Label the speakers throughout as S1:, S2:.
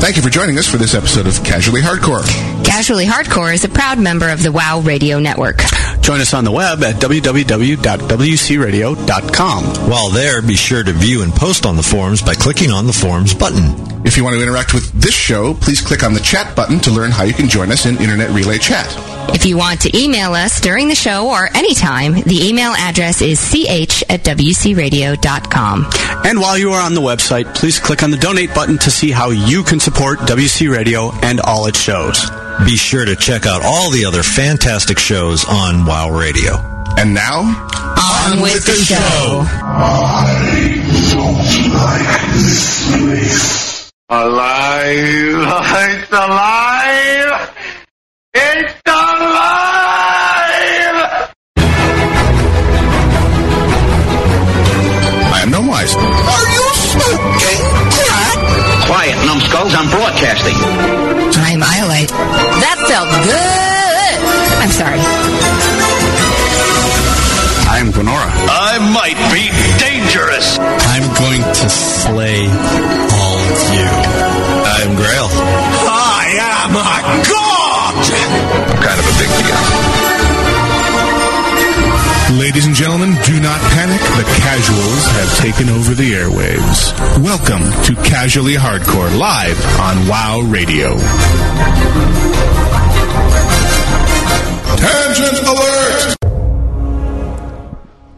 S1: Thank you for joining us for this episode of Casually Hardcore.
S2: Casually Hardcore is a proud member of the WOW Radio Network.
S3: Join us on the web at www.wcradio.com.
S4: While there, be sure to view and post on the forums by clicking on the forums button.
S1: If you want to interact with this show, please click on the chat button to learn how you can join us in Internet Relay Chat.
S2: If you want to email us during the show or anytime, the email address is ch at wcradio.com.
S3: And while you are on the website, please click on the donate button to see how you can support WC Radio and all its shows.
S4: Be sure to check out all the other fantastic shows on WoW Radio.
S1: And now,
S2: On, with, the, show.
S5: Alive! It's alive! It's alive!
S1: I am Gnome Wise.
S6: Quiet, numbskulls, I'm broadcasting.
S2: I'm Iolite. That felt good. I'm sorry.
S3: I am Gwenora.
S5: I might be dangerous!
S4: I'm going to slay all of you. I'm Grail. I am a god!
S6: Kind of a big deal.
S7: Ladies and gentlemen, do not panic. The casuals have taken over the airwaves. Welcome to Casually Hardcore live on WoW Radio.
S1: Tangent Alert!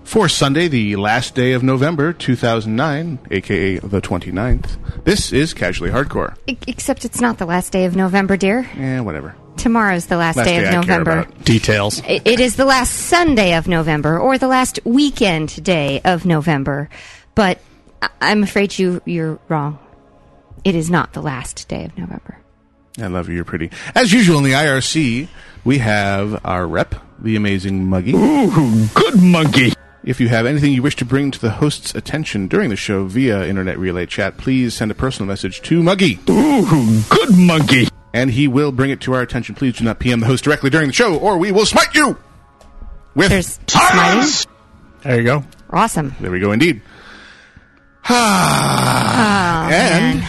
S1: For Sunday, the last day of November 2009, aka the 29th, this is Casually Hardcore.
S8: E- Except it's not the last day of November, dear.
S1: Eh, whatever.
S8: Tomorrow's the last,
S1: Last
S8: day,
S1: day
S8: of
S1: I care
S8: November.
S1: about.
S3: Details.
S8: I- It is the last Sunday of November or the last weekend day of November. But I- I'm afraid you you're wrong. It is not the last day of November.
S1: I love you, you're pretty. As usual in the IRC, we have our rep, the amazing Muggy.
S5: Good monkey!
S1: If you have anything you wish to bring to the host's attention during the show via internet relay chat, please send a personal message to Muggy,
S5: Good monkey!
S1: and he will bring it to our attention. Please do not PM the host directly during the show, or we will smite you with.
S8: There's Silence!
S1: there you go.
S8: Awesome.
S1: There we go, indeed.
S8: Oh,
S1: and
S8: man.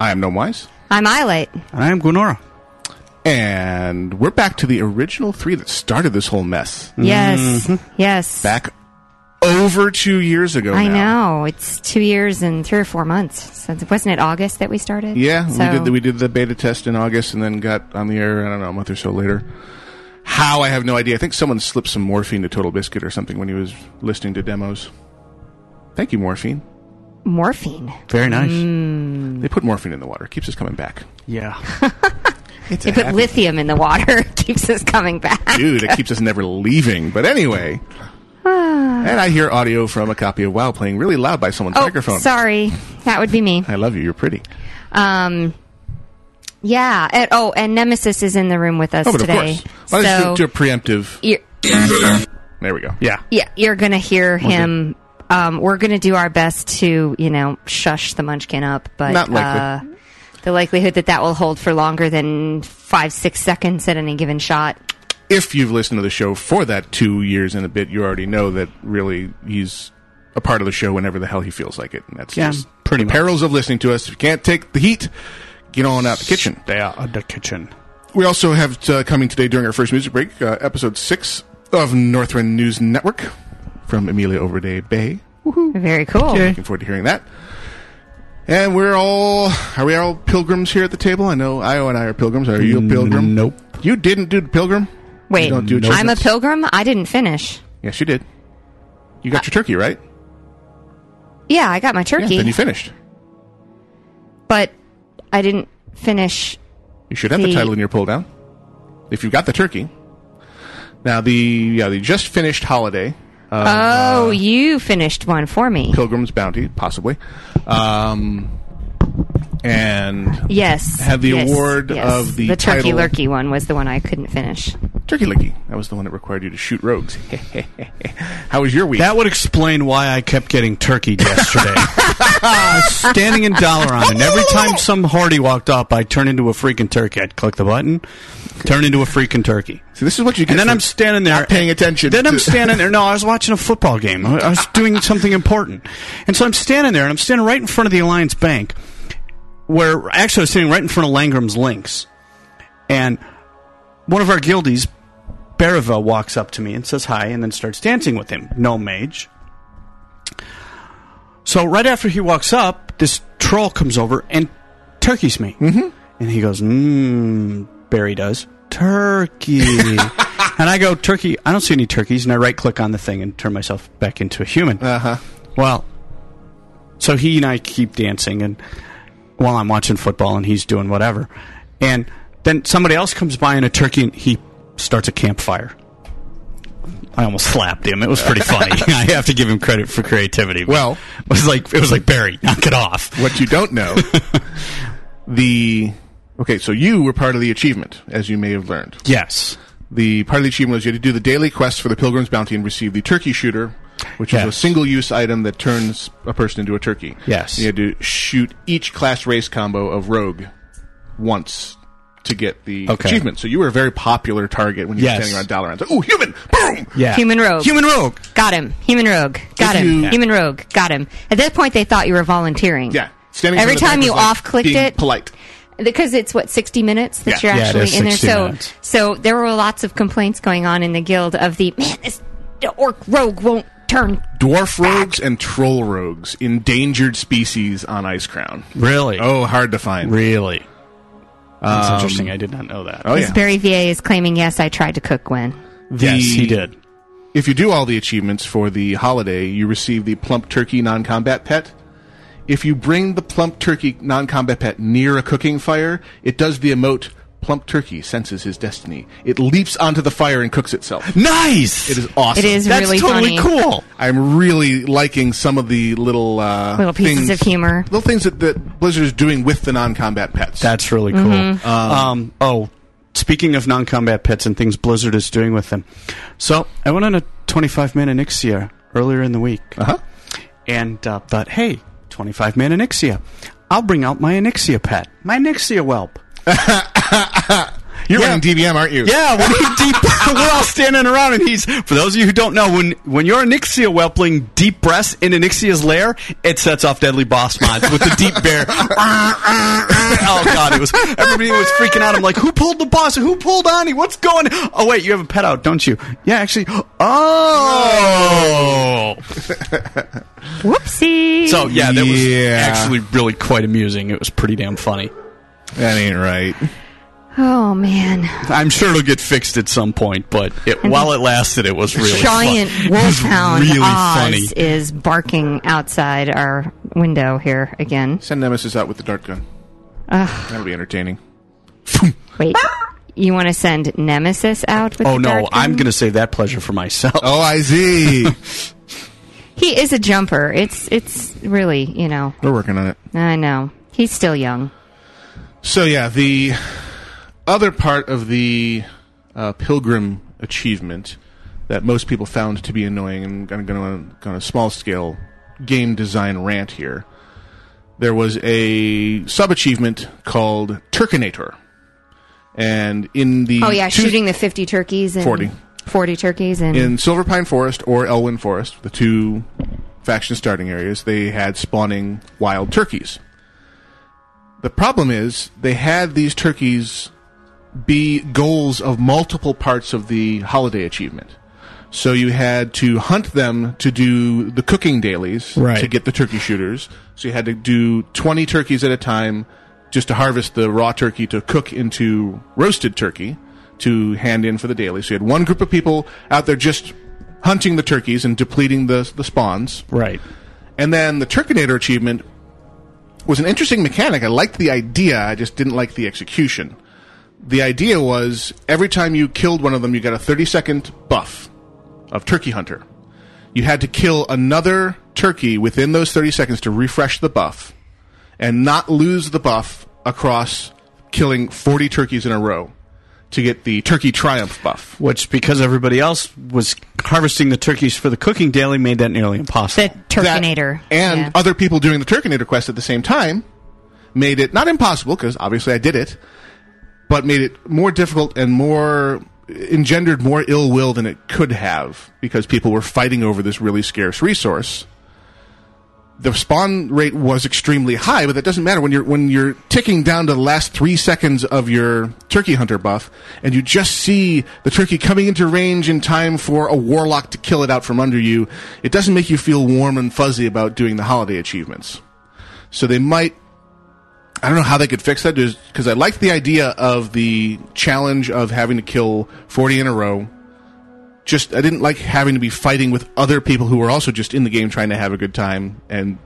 S1: I am Gnome Wise,
S8: I'm Iolite.
S3: I am Gwenora.
S1: and we're back to the original three that started this whole mess
S8: Yes. Yes.
S1: Mm-hmm. back over two years ago.
S8: I
S1: now.
S8: know. It's two years and three or four months since wasn't it August that we started?
S1: Yeah,
S8: So-
S1: we did the, we did the beta test in August and then got on the air. I don't know a month or so later. How I have no idea. I think someone slipped some morphine to Total Biscuit or something when he was listening to demos. Thank you, morphine.
S8: morphine.
S3: Very nice.
S1: They put morphine in the water. Keeps us coming back.
S3: Yeah.
S1: It's
S8: They put lithium in the water. It keeps us coming back.
S1: dude. It keeps us never leaving. But anyway. and I hear audio from a copy of WoW playing really loud by someone's
S8: Oh,
S1: microphone.
S8: sorry. That would be me.
S1: I love you. You're pretty.
S8: Um, yeah. And, oh, and Nemesis is in the room with us
S1: Oh, but
S8: today.
S1: of course. Why don't
S8: so
S1: you do a preemptive?
S8: you're,
S1: There we go.
S3: Yeah.
S8: yeah, you're gonna hear him. Um, we're gonna do our best to, you know, shush the Munchkin up, but
S1: Not likely.
S8: uh, the likelihood that that will hold for longer than five, six seconds at any given shot.
S1: if you've listened to the show for that two years and a bit, you already know that really he's a part of the show whenever the hell he feels like it. And that's
S3: Yeah,
S1: just
S3: pretty
S1: the perils of listening to us. If you can't take the heat, get on out the kitchen.
S3: They are at the kitchen.
S1: We also have uh, coming today during our first music break, uh, episode six of Northrend News Network from Amelia Overday Bay.
S8: Very cool.
S1: Looking forward to hearing that. And we're all are we all pilgrims here at the table? I know Io and I are pilgrims. Are you a pilgrim?
S3: Nope.
S1: You didn't do the pilgrim?
S8: Wait,
S1: You don't do
S8: I'm a
S1: chestnuts?
S8: pilgrim. I didn't finish.
S1: Yes, you did. You got your turkey, right?
S8: Yeah, I got my turkey,
S1: Yeah, then you finished.
S8: but I didn't finish.
S1: You should have the
S8: The-
S1: title in your pull down. If you got the turkey. Now the yeah, the just finished holiday, Uh.
S8: oh, you finished one for me.
S1: Pilgrim's Bounty, possibly. Um and
S8: Yes.
S1: Had the
S8: yes,
S1: award
S8: yes.
S1: of the
S8: the turkey
S1: title-
S8: lurkey one was the one I couldn't finish.
S1: Turkey Licky. That was the one that required you to shoot rogues. How was your week?
S3: That would explain why I kept getting turkeyed yesterday. I was standing in Dalaran, and every time some hardy walked up, I'd turn into a freaking turkey. I'd click the button, turn into a freaking turkey.
S1: so this is what you get.
S3: And then
S1: for
S3: I'm standing there,
S1: not paying attention.
S3: Then I'm
S1: to-
S3: standing there. No, I was watching a football game. I I was doing something important, and so I'm standing there, and I'm standing right in front of the Alliance Bank, where actually I was sitting right in front of Langram's Links, and one of our guildies, Bereva, walks up to me and says hi, and then starts dancing with him. No mage. So right after he walks up, this troll comes over and turkeys me, mm-hmm. and he goes, "Mmm." Barry does turkey, and I go, "Turkey." I don't see any turkeys, and I right click on the thing and turn myself back into a human.
S1: Uh huh.
S3: Well, so he and I keep dancing, and while I'm watching football, and he's doing whatever, and then somebody else comes by in a turkey, and he starts a campfire. I almost slapped him. It was pretty funny. I have to give him credit for creativity.
S1: Well-
S3: it was like it was like Barry, knock it off.
S1: What you don't know, the okay, so you were part of the achievement, as you may have learned.
S3: Yes,
S1: The part of the achievement was you had to do the daily quest for the Pilgrim's Bounty and receive the turkey shooter, which is a
S3: Yes.
S1: single use item that turns a person into a turkey.
S3: Yes.
S1: You had to shoot each class race combo of rogue once to get the
S3: Okay.
S1: achievement. So you were a very popular target when you
S3: Yes.
S1: were standing around Dalaran. So, ooh, human! Boom!
S3: yeah,
S8: Human rogue.
S3: human rogue.
S8: Got him. Human rogue. Got
S1: If
S8: him.
S1: you-
S8: Human rogue. Got him. At that point, they thought you were volunteering.
S1: Yeah. Standing in
S8: Every
S1: front of the
S8: time
S1: back
S8: you
S1: was like
S8: off-clicked
S1: being
S8: it-
S1: Polite.
S8: Because it's what sixty minutes that
S1: Yeah.
S8: you're
S3: Yeah, it
S8: actually
S3: is
S8: in there.
S3: 60
S8: So,
S3: minutes.
S8: so there were lots of complaints going on in the guild of the man. This orc rogue won't turn.
S1: Dwarf rogues and troll rogues, endangered species on Ice Crown.
S3: Really?
S1: Oh, hard to find.
S3: really? Um, That's interesting. I did not know that.
S1: Oh,
S8: As
S1: yeah.
S8: Barry Va is claiming, yes, I tried to cook when.
S3: yes,
S1: The-
S3: he did.
S1: If you do all the achievements for the holiday, you receive the plump turkey non-combat pet. If you bring the plump turkey non-combat pet near a cooking fire, it does the emote plump turkey senses his destiny. It leaps onto the fire and cooks itself.
S3: Nice.
S1: It is awesome.
S8: It is
S3: That's
S8: really
S3: totally
S8: funny.
S3: cool.
S1: I'm really liking some of the little uh,
S8: Little pieces
S1: things-
S8: of humor.
S1: little things that, that Blizzard is doing with the non-combat pets.
S3: That's really cool.
S8: Mm-hmm.
S3: Um, oh, speaking of non-combat pets and things Blizzard is doing with them, so I went on a 25-man Anixia earlier in the week,
S1: uh-huh.
S3: and uh, thought, hey, 25-man Anixia, I'll bring out my Anixia pet, my Anixia whelp.
S1: You're
S3: Yeah.
S1: running DBM, aren't you?
S3: Yeah, when he deep, we're all standing around, and he's for those of you who don't know, when when your Anixia whelpling deep breaths in Anixia's lair, it sets off deadly boss mods with the deep bear. oh god, it was everybody was freaking out. I'm like, who pulled the boss? Who pulled Ani? What's going? Oh wait, you have a pet out, don't you? Yeah, actually. Oh,
S8: Whoopsie.
S3: so yeah, that was
S1: Yeah.
S3: actually really quite amusing. It was pretty damn funny.
S1: That ain't right.
S8: oh man,
S3: I'm sure it'll get fixed at some point, but it, while it lasted, it was really
S8: giant
S3: fun. It was
S8: wolfhound
S3: really
S8: Oz
S3: funny.
S8: is barking outside our window here again.
S1: Send Nemesis out with the dart gun. That'll be entertaining.
S8: Wait, you want to send Nemesis out? With
S3: Oh
S8: the
S3: no,
S8: dart
S3: I'm
S8: gun?
S3: going to save that pleasure for myself.
S1: Oh, I see.
S8: He is a jumper. It's it's really you know.
S1: We're working on it.
S8: I know he's still young.
S1: So yeah, the other part of the uh, pilgrim achievement that most people found to be annoying, and I'm going to go on a small scale game design rant here. There was a sub achievement called Turkinator, and in the
S8: Oh yeah,
S1: two-
S8: shooting the fifty turkeys. And
S1: 40.
S8: 40 turkeys and
S1: in Silver Pine Forest or Elwyn Forest, the two faction starting areas, they had spawning wild turkeys. The problem is they had these turkeys be goals of multiple parts of the holiday achievement. So you had to hunt them to do the cooking dailies
S3: Right.
S1: to get the turkey shooters. So you had to do 20 turkeys at a time just to harvest the raw turkey to cook into roasted turkey to hand in for the daily. So you had one group of people out there just hunting the turkeys and depleting the, the spawns.
S3: Right.
S1: And then the Turkinator achievement was an interesting mechanic. I liked the idea, I just didn't like the execution. The idea was every time you killed one of them, you got a 30 second buff of Turkey Hunter. You had to kill another turkey within those 30 seconds to refresh the buff and not lose the buff across killing 40 turkeys in a row to get the Turkey Triumph buff.
S3: Which, because everybody else was harvesting the turkeys for the cooking daily, made that nearly impossible.
S8: the Turkinator
S1: that and
S8: Yeah.
S1: other people doing the Turkinator quest at the same time made it not impossible because obviously I did it, but made it more difficult and more engendered more ill will than it could have because people were fighting over this really scarce resource. the spawn rate was extremely high, but that doesn't matter when you're when you're ticking down to the last three seconds of your turkey hunter buff, and you just see the turkey coming into range in time for a warlock to kill it out from under you. It doesn't make you feel warm and fuzzy about doing the holiday achievements. So they might. I don't know how they could fix that because I like the idea of the challenge of having to kill 40 in a row. Just I didn't like having to be fighting with other people who were also just in the game trying to have a good time and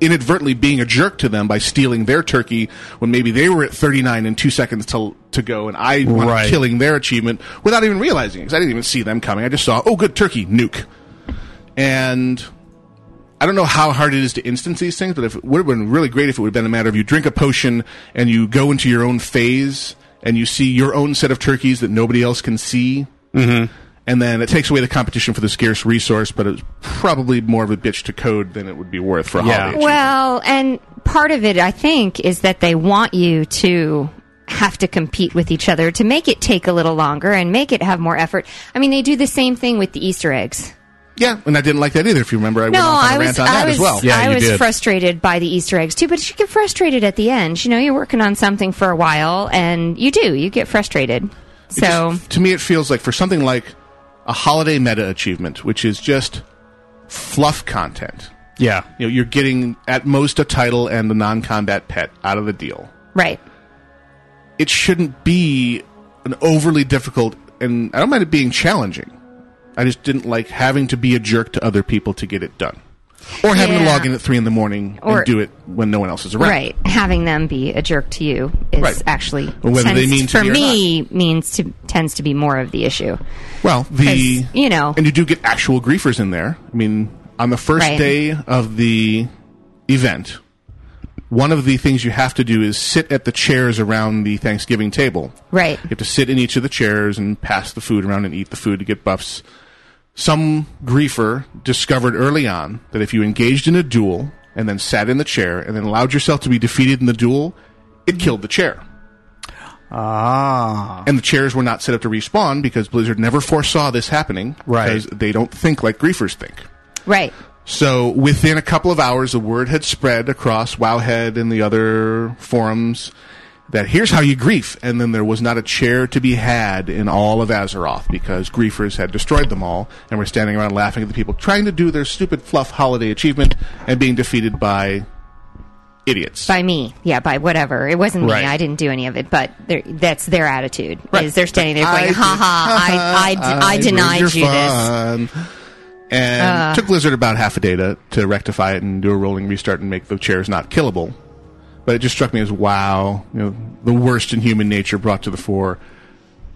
S1: inadvertently being a jerk to them by stealing their turkey when maybe they were at 39 and 2 seconds to to go and I was
S3: Right.
S1: killing their achievement without even realizing it 'cause I didn't even see them coming. I just saw, "Oh, good turkey, nuke." And I don't know how hard it is to instance these things, but if it would have been really great if it would have been a matter of you drink a potion and you go into your own phase and you see your own set of turkeys that nobody else can see. Mm-hmm. And then it takes away the competition for the scarce resource, but it's probably more of a bitch to code than it would be worth for a
S3: Yeah.
S1: holiday. achievement.
S8: Well, and part of it, I think, is that they want you to have to compete with each other to make it take a little longer and make it have more effort. I mean, they do the same thing with the Easter eggs.
S1: yeah, and I didn't like that either. If you remember, I went
S8: No,
S1: off on
S8: I
S1: a
S8: was,
S1: rant on
S8: I
S1: that
S8: was,
S1: as well.
S3: Yeah,
S8: I
S3: you
S8: was
S3: did.
S8: frustrated by the Easter eggs too. But you get frustrated at the end. You know, you're working on something for a while, and you do. You get frustrated.
S1: It just-
S8: So
S1: to me, it feels like for something like a holiday meta achievement, which is just fluff content.
S3: Yeah.
S1: You know, you're getting at most a title and a non-combat pet out of the deal.
S8: right.
S1: it shouldn't be an overly difficult and I don't mind it being challenging. I just didn't like having to be a jerk to other people to get it done. Or having to
S8: Yeah.
S1: log in at three in the morning
S8: Or-
S1: and do it when no one else is around.
S8: Right. Having them be a jerk to you is
S1: Right.
S8: actually
S1: Or whether they
S8: tends-
S1: mean to
S8: for
S1: be or
S8: me means to tends to be more of the issue.
S1: Well, the
S8: 'Cause, you know.
S1: and you do get actual griefers in there. I mean, on the first
S8: Right.
S1: day of the event, one of the things you have to do is sit at the chairs around the Thanksgiving table.
S8: Right.
S1: You have to sit in each of the chairs and pass the food around and eat the food to get buffs. Some griefer discovered early on that if you engaged in a duel and then sat in the chair and then allowed yourself to be defeated in the duel, it killed the chair.
S3: Ah.
S1: And the chairs were not set up to respawn because Blizzard never foresaw this happening.
S3: Right.
S1: Because they don't think like griefers think.
S8: Right.
S1: So within a couple of hours, the word had spread across Wowhead and the other forums that here's how you grief. And then there was not a chair to be had in all of Azeroth because griefers had destroyed them all and were standing around laughing at the people trying to do their stupid fluff holiday achievement and being defeated by idiots.
S8: By me. Yeah, by whatever. It wasn't
S3: Right.
S8: me. I didn't do any of it, but they're- that's their attitude.
S1: Right.
S8: Is they're standing there
S1: I
S8: going,
S1: did-
S8: ha ha, I, I, d- I denied
S1: ruined
S8: you
S1: your
S8: this. Uh.
S1: fun. And took Blizzard about half a day to, to rectify it and do a rolling restart and make the chairs not killable. But it just struck me as wow, you know, the worst in human nature brought to the fore,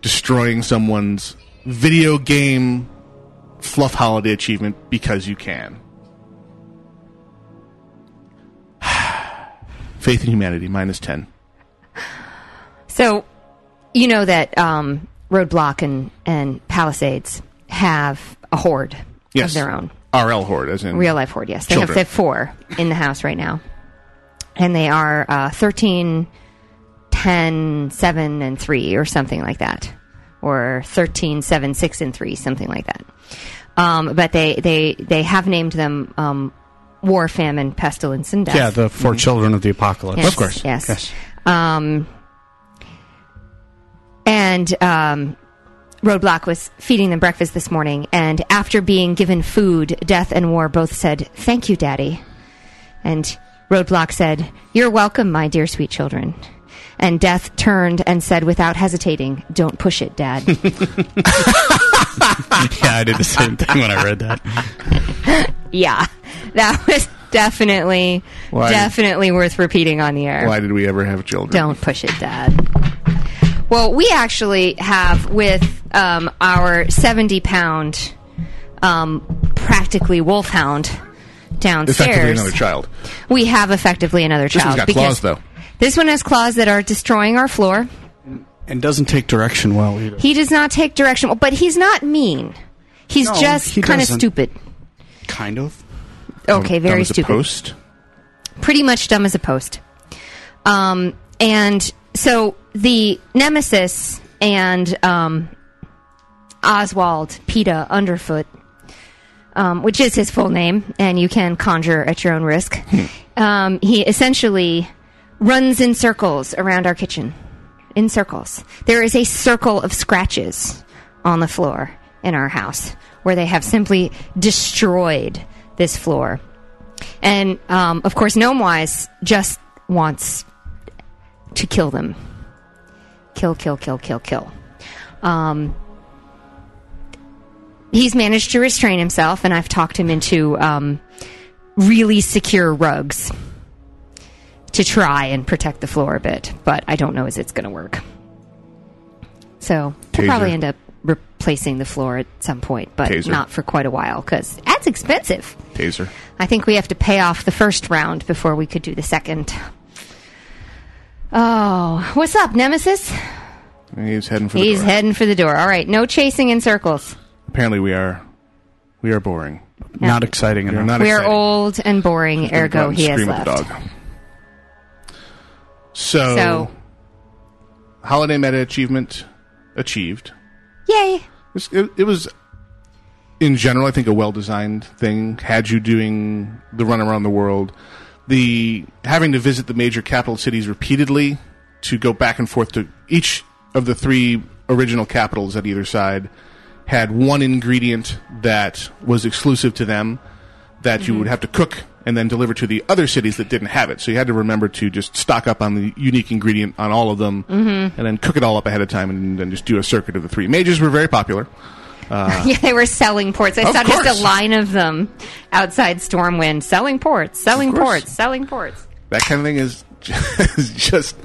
S1: destroying someone's video game fluff holiday achievement because you can. Faith in humanity minus ten.
S8: So, you know that um, Roadblock and, and Palisades have a horde
S1: Yes,
S8: of their own.
S1: RL horde, as
S9: Um,
S1: in
S8: real life horde. Yes, they
S1: Children.
S8: have they have four in the house right now, and they are uh, 13, 10, 7, and three, or something like that, or 13, 7, 6, and three, something like that. Um, but they they they have named them um, war, famine, pestilence, and death.
S3: Yeah, the 4 children of the apocalypse.
S8: Yes, Yes. Um, and um, Roadblock was feeding them breakfast this morning, and after being given food, Death and War both said, Thank you, Daddy. And Roadblock said, You're welcome, my dear sweet children. And Death turned and said without hesitating, Don't push it, Dad.
S3: Yeah, I did the same thing when I read that.
S8: yeah. That was definitely,
S1: Why?
S8: definitely worth repeating on the air.
S1: Why did we ever have children?
S8: Don't push it, Dad. Well, we actually have with um, our seventy-pound, um, practically wolfhound
S1: Effectively
S8: downstairs.
S1: another child.
S8: we have effectively another
S1: one's
S8: child.
S1: got claws,
S8: because
S1: though.
S8: This one has claws that are destroying our floor.
S3: And doesn't take direction well either.
S8: He does not take direction, well, but he's not mean. He's
S3: No,
S8: just
S3: he
S8: kind of
S3: doesn't.
S8: stupid.
S3: Kind of.
S8: Okay,
S1: Dumb
S8: very
S1: as a
S8: stupid.
S1: post.
S8: pretty much dumb as a post. Um, and so the Nemesis and um, Oswald Peta Underfoot um, which is his full name, and you can conjure at your own risk. um, he essentially runs in circles around our kitchen. In circles. There is a circle of scratches on the floor in our house where they have simply destroyed this floor. And um, of course, Gnomewise just wants to kill them. Kill, kill, kill, kill, kill. Um, he's managed to restrain himself, and I've talked him into um, really secure rugs to try and protect the floor a bit, but I don't know as it's going to work. So we'll
S1: Taser.
S8: probably end up replacing the floor at some point, but
S1: Taser.
S8: not for quite a while because that's expensive.
S1: Taser.
S8: I think we have to pay off the first round before we could do the second. Oh, what's up, Nemesis?
S1: He's heading for the
S8: He's
S1: door.
S8: heading for the door. All right, no chasing in circles.
S1: Apparently, we are we are boring.
S3: Not exciting
S1: You're
S3: enough.
S1: not
S8: We are
S1: exciting.
S8: old and boring,
S1: Gonna go out
S8: ergo
S1: and
S8: he has
S1: scream at
S8: left.
S1: the dog. So,
S8: So,
S1: holiday meta achievement achieved.
S8: yay!
S1: It's- It, it was, in general, I think a well designed thing. Had you doing the run around the world, the having to visit the major capital cities repeatedly to go back and forth to each of the three original capitals at either side had one ingredient that was exclusive to them that you would have to cook and then deliver to the other cities that didn't have it. So you had to remember to just stock up on the unique ingredient on all of them and then cook it all up ahead of time and then just do a circuit of the three. Mages were very popular.
S8: yeah, they were selling ports. I
S1: Uh. Of
S8: saw just
S1: course.
S8: a line of them outside Stormwind, selling ports, selling
S1: Of course.
S8: ports, selling ports.
S1: That kind of thing is is just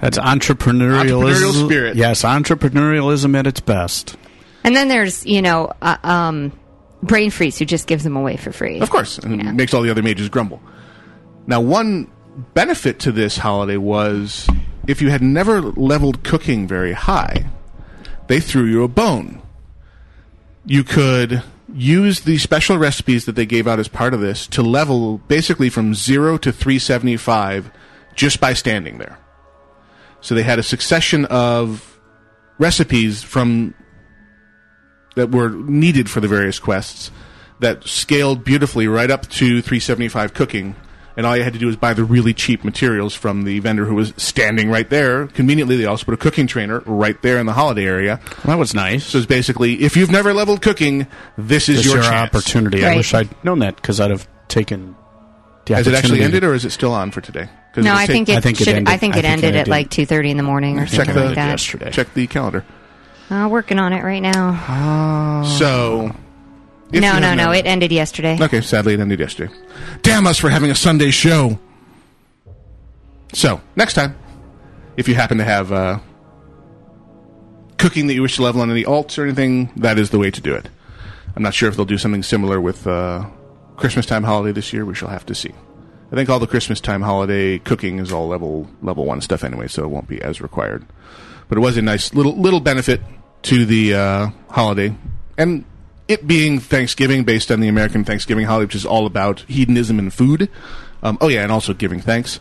S3: That's entrepreneurialism.
S1: Entrepreneurial spirit.
S3: Yes, entrepreneurialism at its best.
S8: And then there's you know, uh, um, Brain Freeze who just gives them away for free.
S1: Of course, and it makes all the other mages grumble. Now, one benefit to this holiday was if you had never leveled cooking very high, they threw you a bone. You could use the special recipes that they gave out as part of this to level basically from 0 to 375 just by standing there. So they had a succession of recipes from that were needed for the various quests that scaled beautifully right up to 375 cooking and all you had to do was buy the really cheap materials from the vendor who was standing right there conveniently they also put a cooking trainer right there in the holiday area
S3: That was nice.
S1: so it's basically if you've never leveled cooking this is
S3: It's
S1: your,
S3: your,
S1: chance.
S3: opportunity. I
S8: Right.
S3: wish I'd known that because I'd have taken. The
S1: has it actually
S3: opportunity.
S1: ended or is it still on for today 'Cause
S8: No,
S1: was
S8: I
S1: ta-
S8: think it
S3: I think it
S8: should.
S3: ended-
S8: I think
S3: I
S8: it
S3: think it
S8: ended at
S3: ended.
S8: like two thirty in the morning or
S1: check
S8: something
S1: the
S8: like that.
S3: yesterday.
S1: check the calendar
S8: Uh, working on it right now.
S1: so if you
S8: no,
S1: have
S8: no, no.
S1: never-
S8: It ended yesterday.
S1: Okay, sadly, it ended yesterday. Damn us for having a Sunday show. So, next time, if you happen to have uh, cooking that you wish to level on any alts or anything, that is the way to do it. I'm not sure if they'll do something similar with uh, Christmas time holiday this year. We shall have to see. I think all the Christmas time holiday cooking is all level level one stuff anyway, so it won't be as required. But it was a nice little little benefit to the uh, holiday, and it being Thanksgiving based on the American Thanksgiving holiday, which is all about hedonism and food. Um, oh yeah, and also giving thanks.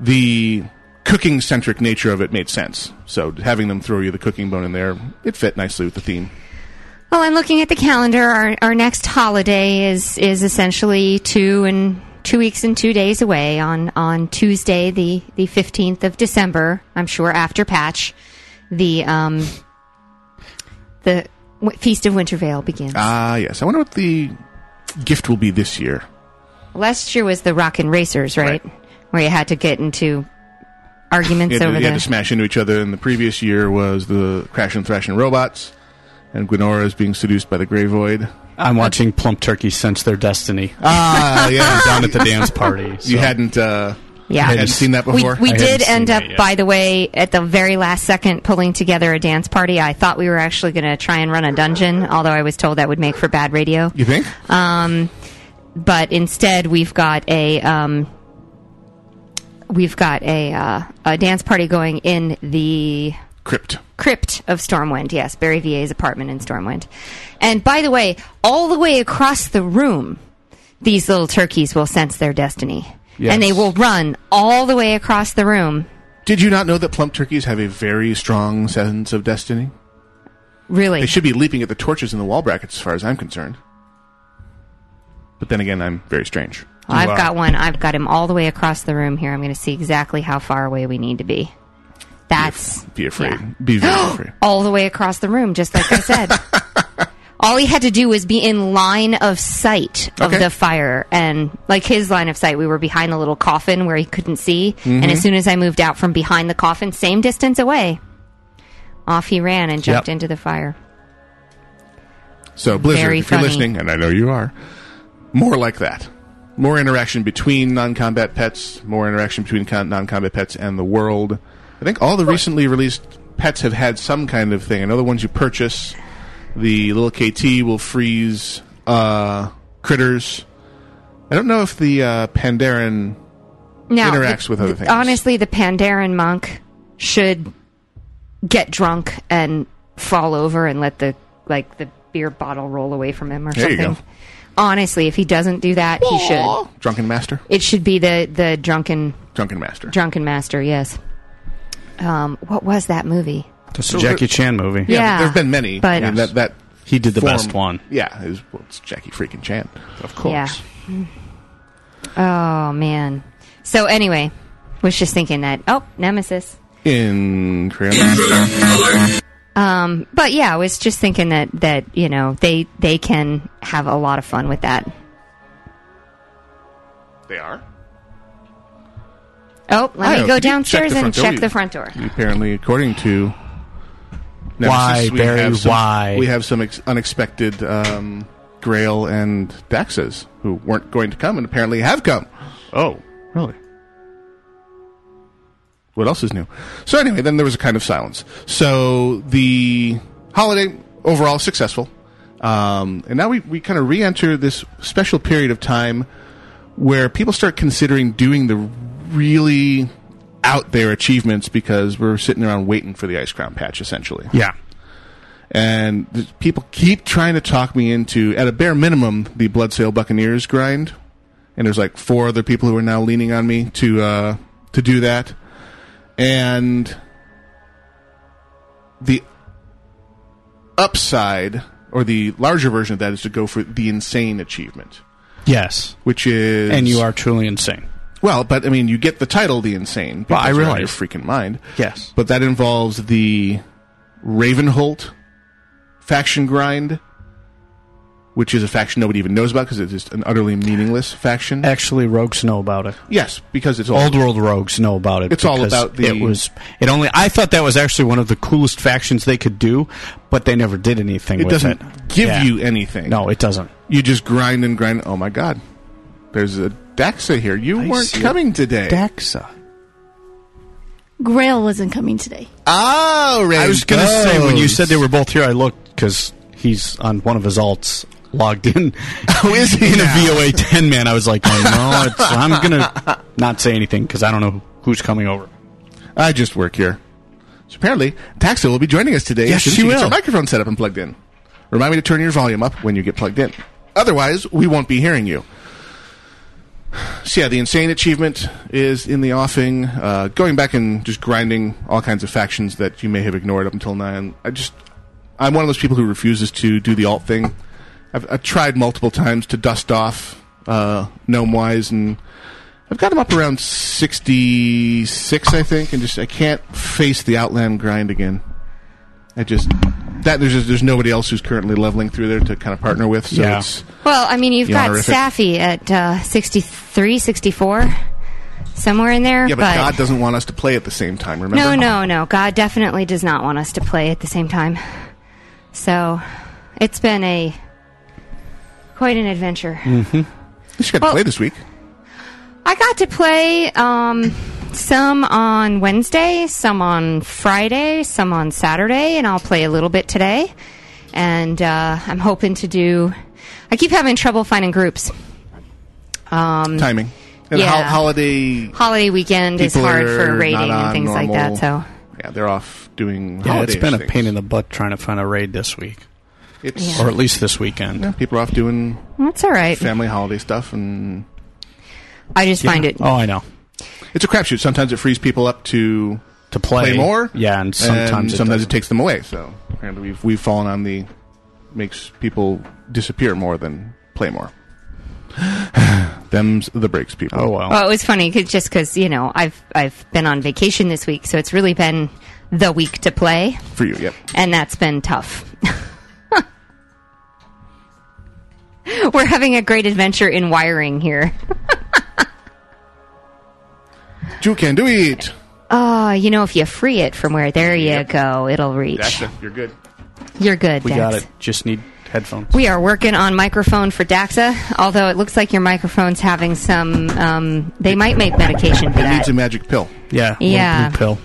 S1: The cooking centric nature of it made sense. So having them throw you the cooking bone in there, it fit nicely with the theme.
S8: Well, I'm looking at the calendar. Our our next holiday is is essentially two and two weeks and two days away on on Tuesday the the fifteenth of December. I'm sure after Patch, the um the w- feast of Wintervale begins.
S1: Ah yes, I wonder what the gift will be this year.
S8: Last year was the Rockin' Racers, right?
S1: Right.
S8: Where you had to get into arguments
S1: You had,
S8: over
S1: to, you
S8: the
S1: had to smash into each other. And the previous year was the Crash and Thrash and Robots, and Gwenora is being seduced by the Grey Void.
S3: I'm watching Plump Turkey sense their destiny
S1: Ah, yeah.
S3: down at the dance party.
S1: You
S3: so-
S1: hadn't, uh,
S8: yeah.
S1: hadn't seen that
S8: We,
S1: before?
S8: we
S3: I
S8: did
S3: haven't seen
S8: end
S3: that
S8: up,
S3: yet.
S8: by the way, at the very last second, pulling together a dance party. I thought we were actually going to try and run a dungeon, although I was told that would make for bad radio.
S1: you think?
S8: Um, but instead, we've got a um, we've got a uh, a dance party going in the
S1: Crypt.
S8: crypt of Stormwind. Yes, Barry Vier's apartment in Stormwind. And by the way, all the way across the room, these little turkeys will sense their destiny,
S3: Yes.
S8: and they will run all the way across the room.
S1: Did you not know that plump turkeys have a very strong sense of destiny?
S8: Really,
S1: They should be leaping at the torches in the wall brackets, as far as I'm concerned. But then again, I'm very strange.
S8: I've
S1: Wow.
S8: got one. I've got him all the way across the room here. I'm going to see exactly how far away we need to be. That's
S1: Be afraid.
S8: yeah.
S1: Be very afraid.
S8: all the way across the room, just like I said. all he had to do was be in line of sight of
S1: Okay.
S8: the fire, and like his line of sight, we were behind the little coffin where he couldn't see. And as soon as I moved out from behind the coffin, same distance away, off he ran and jumped
S3: Yep.
S8: into the fire.
S1: So Blizzard,
S8: Very
S1: if
S8: funny.
S1: you're listening, and I know you are, more like that. More interaction between non-combat pets. More interaction between con- non-combat pets and the world. I think all the recently released pets have had some kind of thing. I know the ones you purchase, the little KT will freeze uh, critters. I don't know if the uh, Pandaren.
S8: Now,
S1: Interacts with other things.
S8: Honestly, the Pandaren monk should get drunk and fall over and let the like the beer bottle roll away from him or
S1: There you
S8: something.
S1: go.
S8: Honestly, if he doesn't do that, he should.
S1: Drunken Master.
S8: It should be the the drunken
S1: Drunken Master.
S8: drunken master. Yes. Um, what was that movie?
S3: That's a Jackie Chan movie.
S8: Yeah.
S1: there have been many.
S8: But-
S1: I mean, that, that
S3: He did the
S1: form-
S3: best one.
S1: Yeah, it was, well, it's Jackie freaking Chan. Of course.
S8: Yeah. Oh man. So anyway, was just thinking that. Oh, Nemesis.
S1: In Crayon
S8: Um, But yeah, I was just thinking that that you know they they can have a lot of fun with that.
S1: They are.
S8: Oh, let
S1: Oh,
S8: me
S1: could
S8: go
S1: you
S8: downstairs
S1: check the
S8: and
S1: front door?
S8: check the front door.
S1: Apparently, according to Nemesis,
S3: Why,
S1: we
S3: Barry,
S1: have some-
S3: why?
S1: we have some ex- unexpected um, Grail and Daxes who weren't going to come and apparently have come.
S3: Oh.
S1: Really? What else is new? So anyway, then there was a kind of silence. So the holiday overall successful, um, and now we, we kind of re-enter this special period of time where people start considering doing the really out there achievements because we're sitting around waiting for the ice crown patch essentially
S3: Yeah.
S1: and th- people keep trying to talk me into at a bare minimum the blood sale buccaneers grind and there's like four other people who are now leaning on me to uh to do that and the upside or the larger version of that is to go for the insane achievement
S3: Yes.
S1: which is
S3: And you are truly insane.
S1: well, but I mean, you get the title, the insane.
S3: Well, I
S1: because you're out of
S3: realize.
S1: your freaking mind.
S3: Yes.
S1: but that involves the Ravenholt faction grind, which is a faction nobody even knows about because it's just an utterly meaningless faction.
S3: Actually, rogues know about it.
S1: yes, because it's all
S3: Old World Rogues know about it.
S1: It's all
S3: because
S1: about the-
S3: It was. It only. I thought that was actually one of the coolest factions they could do, but they never did anything.
S1: It
S3: with
S1: doesn't
S3: it.
S1: give
S3: Yeah.
S1: you anything.
S3: No, it doesn't.
S1: you just grind and grind. Oh my god, there's a Daxa here. You weren't
S3: see a
S1: coming today.
S3: Daxa.
S10: Grail wasn't coming today.
S1: oh,
S3: I was going to say when you said they were both here, I looked because he's on one of his alts logged in. Oh, is he in a VOA ten man? I was like, oh, no, it's, I'm going to not say anything because I don't know who's coming over.
S1: I just work here. So apparently, Taxa will be joining us today.
S3: Yes,
S1: as soon as
S3: she
S1: gets
S3: will.
S1: her microphone set up and plugged in. Remind me to turn your volume up when you get plugged in. Otherwise, we won't be hearing you. So yeah, the insane achievement is in the offing. Uh, going back and just grinding all kinds of factions that you may have ignored up until now. And I just, I'm one of those people who refuses to do the alt thing. I've, I've tried multiple times to dust off uh, gnome wise, and I've got him up around 66, I think, and just I can't face the Outland grind again. I just that there's just, there's nobody else who's currently leveling through there to kind of partner with. So
S3: Yeah.
S1: it's
S8: Well, I mean, you've
S1: You
S8: got
S1: honorific.
S8: Safi at uh, 63, 64, somewhere in there.
S1: yeah, but, God doesn't want us to play at the same time. Remember?
S8: no, no, no. God definitely does not want us to play at the same time. So it's been a quite an adventure.
S1: You got to
S8: Well-
S1: play this week.
S8: I got to play um, some on Wednesday, some on Friday, some on Saturday, and I'll play a little bit today. And uh, I'm hoping to do. I keep having trouble finding groups.
S1: Timing and
S8: yeah.
S1: hol- holiday.
S8: Holiday weekend is
S1: people
S8: hard
S1: are
S8: for rating
S1: not
S8: and
S1: on
S8: things like that.
S1: normal-
S8: So
S1: yeah, they're off
S3: Yeah,
S1: doing.
S3: Oh, it's
S1: holiday-ish
S3: been a
S1: things.
S3: pain in the butt trying to find a raid this week,
S1: It's
S3: or at least this weekend.
S1: yeah, people are off doing
S8: that's all right.
S1: family holiday stuff, and
S8: I just find it.
S3: Oh, I know.
S1: it's a crapshoot. Sometimes it frees people up to
S3: To play,
S1: play more.
S3: yeah, and sometimes it
S1: sometimes it,
S3: doesn't.
S1: takes them away. So apparently we've we've fallen on the makes people disappear more than play more. Them's the breaks, people.
S3: Oh, wow.
S8: Well, it was funny cause, just because you know I've I've been on vacation this week, so it's really been the week to play,
S1: For you, yep.
S8: and that's been tough. We're having a great adventure in wiring here.
S1: You can do it.
S8: Oh, you know, if you free it from where, there you
S1: Yep.
S8: go, it'll reach.
S1: Gotcha. You're good.
S8: You're good,
S3: We
S8: Dax.
S3: got it. Just need headphones.
S8: We are working on microphone for Daxa, although it looks like your microphone's having some. Um, they might make medication for
S1: It needs
S8: that,
S1: a magic pill.
S3: yeah.
S8: Yeah.
S3: little Blue pill.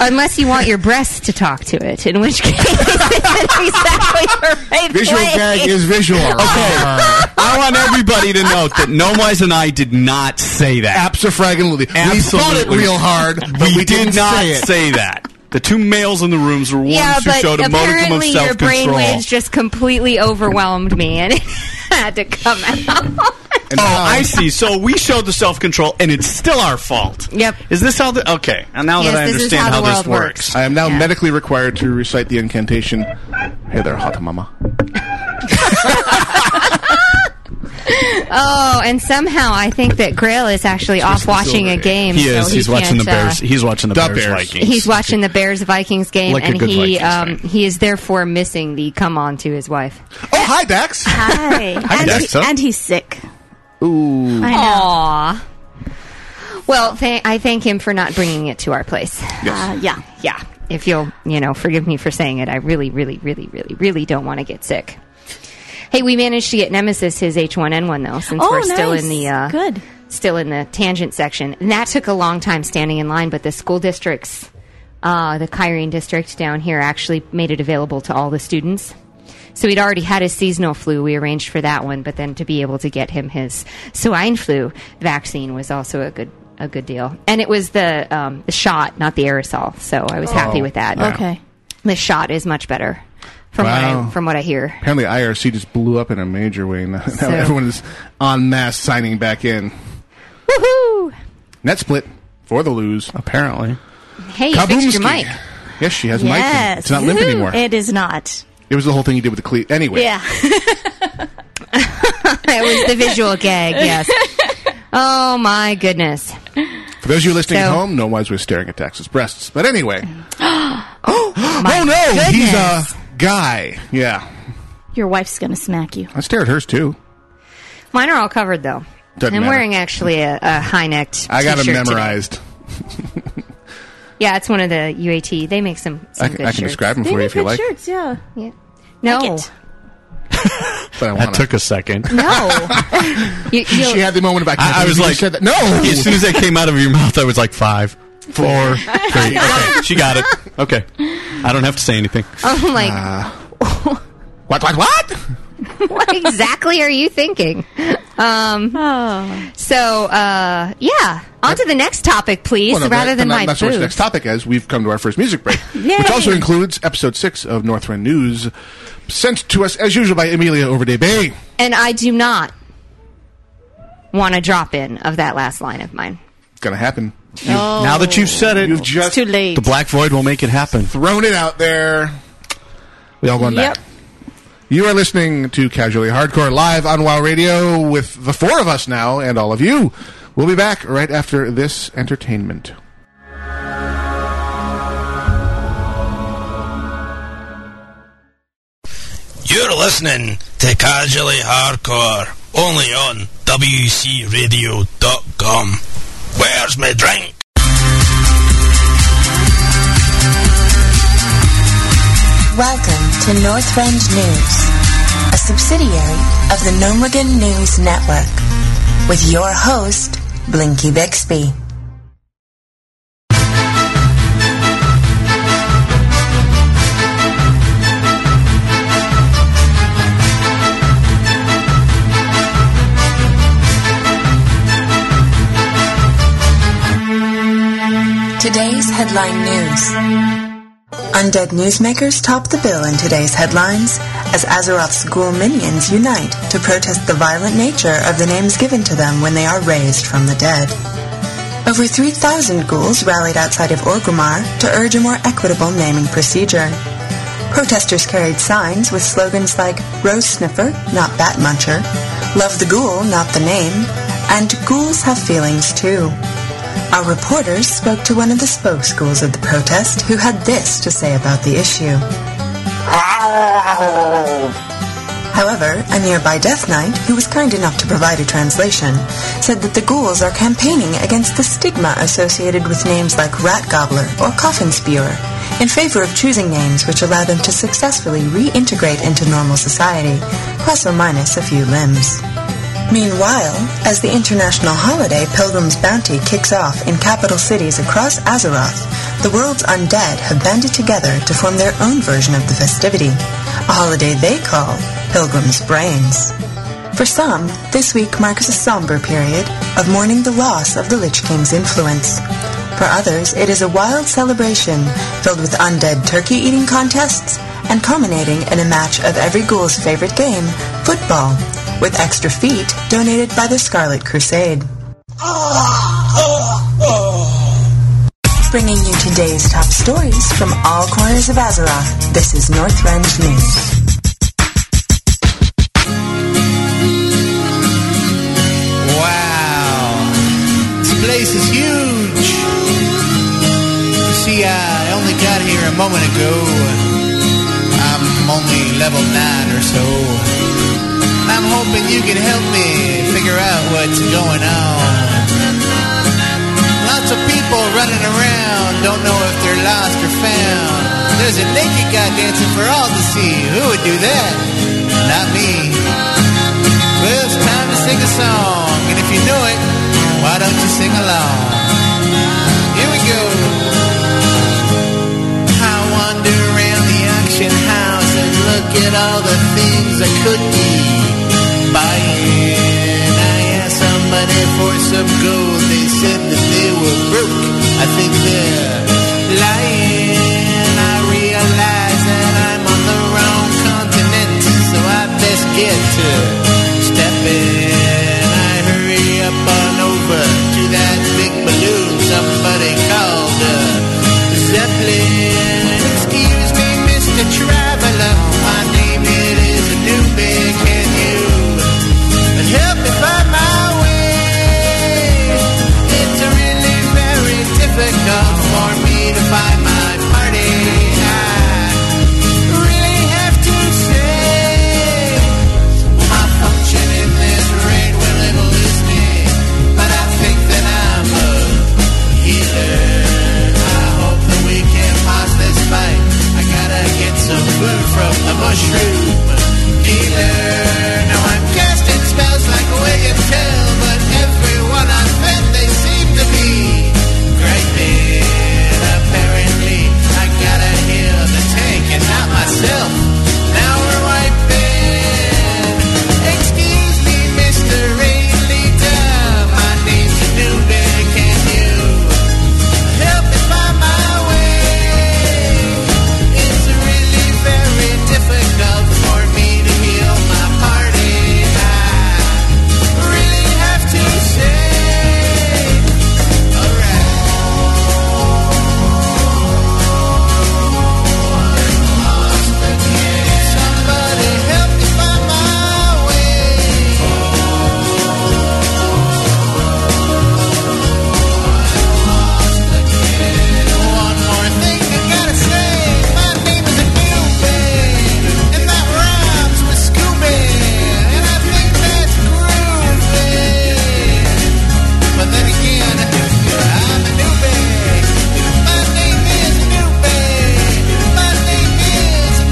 S8: unless you want your breasts to talk to it, in which case it's exactly the right
S1: Visual
S8: place.
S1: gag is visual. Oh, okay.
S3: I want everybody to note that Nomwise and I did not say that.
S1: Absolutely. We thought it
S3: Absolutely.
S1: real hard, but we,
S3: did
S1: didn't
S3: not
S1: say it.
S3: that. The two males in the rooms were ones
S8: yeah,
S3: who
S8: but
S3: showed a modicum of
S8: apparently your
S3: self control.
S8: brainwaves just completely overwhelmed me, and it had to come out.
S1: And
S3: Oh,
S1: now-
S3: I see. So we showed the self control, and it's still our fault.
S8: Yep.
S3: Is this how the okay? And now
S8: Yes,
S3: that I
S8: this is
S3: understand
S8: how
S3: how,
S8: the world
S3: this works,
S8: works.
S1: I am now
S8: Yeah.
S1: medically required to recite the incantation. Hey there, hot mama.
S8: Oh, and somehow I think that Grail is actually off watching a game.
S3: he is.
S8: so
S3: he's watching the
S8: can't, uh,
S3: Bears. he's watching the
S1: Da
S3: Bears,
S1: Bears.
S3: Vikings.
S8: He's watching the Bears Vikings game,
S3: Like a
S8: and
S3: good
S8: he
S3: Vikings
S8: um,
S3: fan.
S8: he is therefore missing the come on to his wife.
S1: Oh, hi, Dax.
S10: Hi. and,
S3: Dexa.
S10: and he's sick. Ooh. I know.
S8: Aww. Well, th- I thank him for not bringing it to our place.
S10: Uh, yeah.
S8: Yeah, if you'll you know forgive me for saying it, I really, really, really, really, really don't want to get sick. Hey, we managed to get Nemesis his H1N1 though, since
S10: Oh,
S8: we're still
S10: nice.
S8: in the uh,
S10: Good.
S8: still in the tangent section, and that took a long time standing in line. But the school districts, uh, the Kyrene district down here, actually made it available to all the students. So he'd already had his seasonal flu. We arranged for that one, but then to be able to get him his swine flu vaccine was also a good a good deal. And it was the um, the shot, not the aerosol. So I was happy
S1: Oh,
S8: with that.
S10: Okay.
S8: The shot is much better from what
S1: Wow.
S8: I, from what I hear.
S1: Apparently, IRC just blew up in a major way. Now, now
S8: So-
S1: everyone is en masse signing back in.
S8: Woohoo!
S1: Net split for the lose.
S3: apparently.
S8: Hey, you fixed your
S1: Kaboomski.
S8: mic.
S1: Yes, she has a mic.
S10: Yes.
S1: It's not limp
S10: Woohoo.
S1: anymore. It,
S10: It is not.
S1: was the whole thing you did with the cleat. Anyway,
S10: Yeah.
S8: It was the visual gag. Yes. Oh my goodness.
S1: for those of you listening at
S8: So-
S1: home, no wise was staring at Dax's breasts. But anyway,
S8: My
S1: oh no, he's
S8: goodness.
S1: a guy. Yeah,
S10: Your wife's going to smack you.
S1: I stare at hers too.
S8: Mine are all covered though.
S1: Doesn't
S8: I'm
S1: matter.
S8: wearing actually a, a high necked.
S1: I got
S8: it
S1: him memorized.
S8: Yeah, it's one of the UAT. They make some, some
S1: I,
S8: good
S1: can- I can
S8: shirts.
S1: describe him for you if you like.
S10: shirts, yeah.
S8: Yeah. No,
S10: Like it.
S1: But I
S3: That
S1: want
S3: took a second.
S8: no. you, you'll-
S1: She had the moment of I, can't
S3: I, I was
S1: believe you
S3: like,
S1: said that. no.
S3: As soon as that came out of your mouth, I was like, five, four, three. Okay, she got it. Okay, I don't have to say anything.
S10: Oh.
S8: I'm like,
S1: Uh, What? What? What?
S8: what exactly are you thinking? Um,
S10: Oh.
S8: so, uh, yeah. On to the next topic, please,
S1: Well, no,
S8: rather
S1: that-
S8: than
S1: not,
S8: my
S1: not so much
S8: boobs.
S1: next topic as we've come to our first music break, which also includes episode six of Northwind News, sent to us as usual by Amelia Overday Bay.
S8: And I do not want a drop in of that last line of mine.
S1: It's gonna happen.
S3: Now that you've said it,
S1: You've just
S10: It's too late.
S3: the Black Void will make it happen.
S1: thrown it out there. We all going
S10: Yep.
S1: back. You are listening to Casually Hardcore live on WoW Radio with the four of us now and all of you. We'll be back right after this entertainment.
S4: You're listening to Casually Hardcore, only on E WCRadio.com. Where's my drink?
S11: Welcome to Northrend News, a subsidiary of the Nomergan News Network, with your host, Blinky Bixby. Today's headline news. Undead newsmakers top the bill in today's headlines as Azeroth's ghoul minions unite to protest the violent nature of the names given to them when they are raised from the dead. Over 3,000 ghouls rallied outside of Orgrimmar to urge a more equitable naming procedure. Protesters carried signs with slogans like Rose Sniffer, not Bat Muncher, Love the Ghoul, not the name, and Ghouls have feelings too. Our reporters spoke to one of the spokesgirls of the protest who had this to say about the issue. However, a nearby Death Knight, who was kind enough to provide a translation, said that the ghouls are campaigning against the stigma associated with names like Rat Gobbler or Coffin Spewer, in favor of choosing names which allow them to successfully reintegrate into normal society, plus or minus a few limbs. Meanwhile, as the international holiday Pilgrim's Bounty kicks off in capital cities across Azeroth, the world's undead have banded together to form their own version of the festivity, a holiday they call Pilgrim's Brains. For some, this week marks a somber period of mourning the loss of the Lich King's influence. For others, it is a wild celebration filled with undead turkey eating contests and culminating in a match of every ghoul's favorite game, football, with extra feet donated by the Scarlet Crusade. Bringing you today's top stories from all corners of Azeroth, this is Northrend News.
S12: Wow. This place is huge. You see, I only got here a moment ago. I'm only level 9 or so. I'm hoping you can help me figure out what's going on. Lots of people running around, don't know if they're lost or found. There's a naked guy dancing for all to see. Who would do that? Not me. Well, it's time to sing a song, and if you know it, why don't you sing along? Here we go. I wander around the auction house and look at all the things I could be buying. I asked somebody for some gold, they said that they were broke. I think they're lying. I realize that I'm on the wrong continent, so I best get to stepping. I hurry up on over to that big balloon somebody called uh, a Zeppelin. Excuse me, Mr. Traveler, my name it is Anubis. Can you help me find my way? It's really very difficult for me to find my party. I really have to say. My function in this raid will enlist me, but I think that I'm a healer. I hope that we can pass this fight. I gotta get some food from the mushroom dealer. Now I'm casting spells like a William Tell, but everyone I've met, they seem to be griping. Apparently, I gotta heal the tank and not myself. Now we're wiping. Excuse me, Mr. Raid Leader. My name's Anubis. Can you help me find my way? It's really very difficult for me to heal my party. I really have to say. Somebody help me find my way. One more thing I gotta say. My name is Adobe, and that rhymes with Scooby, and I think that's groovy. But then again, I'm Adobe. My name is Adobe. My name is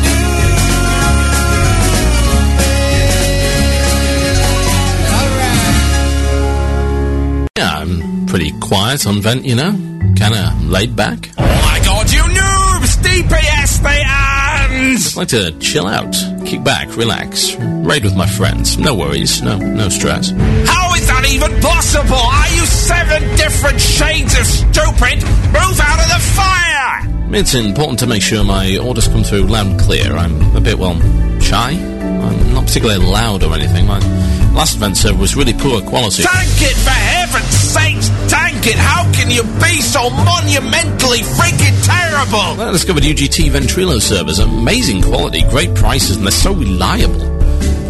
S9: Yeah, I'm pretty quiet on vent, you know, kind of laid back.
S13: Oh My god, you noobs! DPS they and
S9: I'd like to chill out, kick back, relax, raid with my friends. No worries, no no stress.
S13: How is that even possible? Are you seven different shades of stupid? Move out of the fire!
S9: It's important to make sure my orders come through loud and clear. I'm a bit well shy. I'm not particularly loud or anything. My last vent server was really poor quality.
S13: Tank it for heaven's sakes! Tank naked. How can you be so monumentally freaking terrible?
S9: I discovered UGT Ventrilo servers. Amazing quality, great prices, and they're so reliable.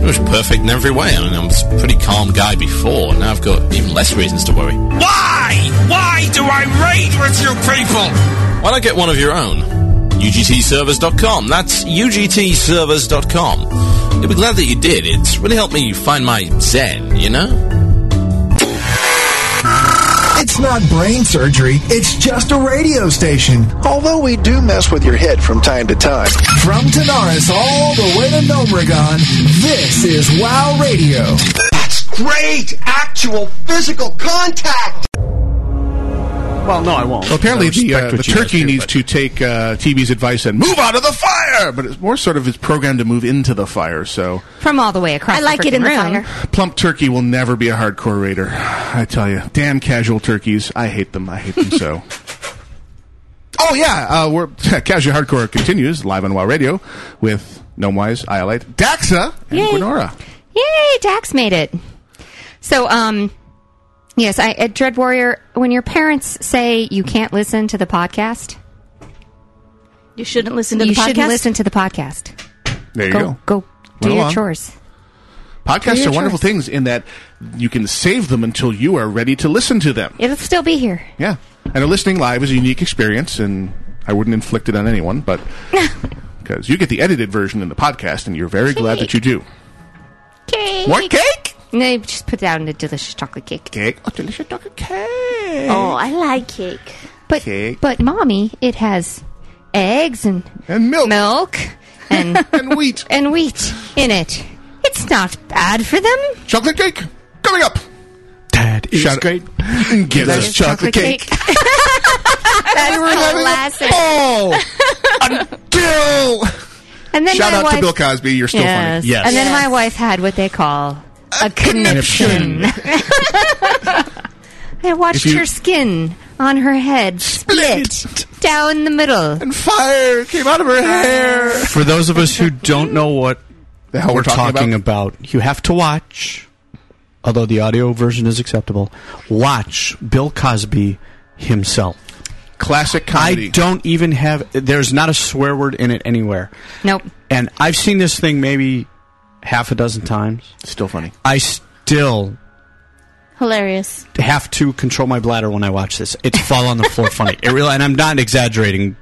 S9: It was perfect in every way. I mean, I was a pretty calm guy before, and now I've got even less reasons to worry.
S13: Why? Why do I raid with you people?
S9: Why not get one of your own? UGTservers.com. That's UGTservers.com. You'll be glad that you did. It's really helped me find my zen, you know?
S14: It's not brain surgery, it's just a radio station. Although we do mess with your head from time to time. From Tanaris all the way to Nomragon, this is WoW Radio.
S15: That's great! Actual physical contact!
S3: Well, no, I won't.
S1: Well, apparently
S3: I
S1: the,
S3: respect
S1: uh,
S3: what
S1: the
S3: you guys
S1: turkey
S3: do,
S1: needs
S3: but-
S1: to take uh, TB's advice and move out of the fire, but it's more sort of it's programmed to move into the fire. So
S8: From all the way across.
S10: I like
S8: the
S10: it in
S8: frickin'
S10: the
S8: room.
S10: fire.
S1: plump turkey will never be a hardcore raider. I tell you, damn casual turkeys. I hate them. I hate them so. Oh yeah, uh, we're casual hardcore continues live on WoW Radio with Gnomewise, Iolite, Daxa, and
S8: Yay.
S1: Gwenora.
S8: Yay, Dax made it. So, um, yes, I, at Dread Warrior, when your parents say you can't listen to the podcast,
S10: You shouldn't listen to
S8: you
S10: the podcast.
S8: shouldn't listen to the podcast.
S1: There you
S8: go, go. do
S1: Well,
S8: your
S1: um,
S8: chores. Do
S1: Podcasts
S8: your
S1: are wonderful
S8: chores.
S1: things in that you can save them until you are ready to listen to them.
S8: It'll still be here.
S1: Yeah. I know listening live is a unique experience, and I wouldn't inflict it on anyone, but because you get the edited version in the podcast, and you're very glad that you do.
S8: Cake.
S1: More cake?
S8: No, you just put down a delicious chocolate cake.
S1: Cake. Oh, delicious chocolate cake.
S10: Oh, I like cake.
S8: But
S1: Cake.
S8: but mommy, it has eggs and
S1: and milk,
S8: milk and
S1: and wheat
S8: and wheat in it. It's not bad for them.
S1: Chocolate cake coming up.
S3: Dad is great.
S1: Give us
S8: It's
S1: chocolate cake.
S8: That's classic.
S1: Oh, until
S8: And then
S1: shout
S8: my
S1: out
S8: wife,
S1: to Bill Cosby. You're still
S8: yes.
S1: funny. Yes.
S8: And then my wife had what they call a conniption. I watched
S1: If you-
S8: her skin on her head split, down the middle,
S1: and fire came out of her hair.
S3: For those of us who don't know what
S1: The hell
S3: Oh, we're,
S1: we're
S3: talking,
S1: talking
S3: about. you have to watch, although the audio version is acceptable, watch Bill Cosby himself.
S1: Classic comedy.
S3: I don't even have, there's not a swear word in it anywhere.
S8: Nope.
S3: And I've seen this thing maybe half a dozen times.
S1: Still funny.
S3: I still
S10: Hilarious.
S3: have to control my bladder when I watch this. It's fall on the floor funny. It really, and I'm not exaggerating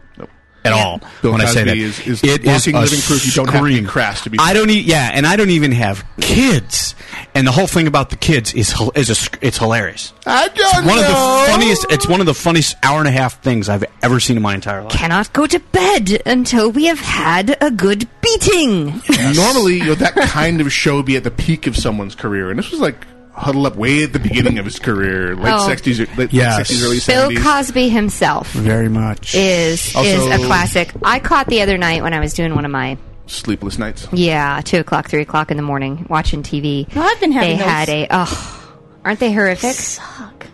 S3: at all
S1: Bill
S3: when I say
S1: Cosby
S3: that.
S1: is- is
S3: it is
S1: walking
S3: a
S1: living proof you don't have to be
S3: scream.
S1: crass to be
S3: I don't e- yeah, and I don't even have kids. And the whole thing about the kids is hil- is a, sc- it's hilarious.
S1: I
S3: It's
S1: don't
S3: one of
S1: know.
S3: the funniest. It's one of the funniest hour and a half things I've ever seen in my entire life.
S8: cannot go to bed until we have had a good beating.
S1: Normally, you know, that kind of show would be at the peak of someone's career, and this was like huddle up way at the beginning of his career, late
S8: Oh.
S1: sixties, late
S3: Yes.
S1: sixties, early
S8: Bill
S1: seventies.
S8: Cosby himself
S3: Very much.
S8: is is
S1: Mm-hmm. Also-
S8: a classic. I caught the other night when I was doing one of my
S1: Sleepless nights.
S8: yeah two o'clock three o'clock in the morning watching TV.
S10: No, I've been having
S8: they
S10: those.
S8: had a oh, aren't they horrific?
S10: Suck.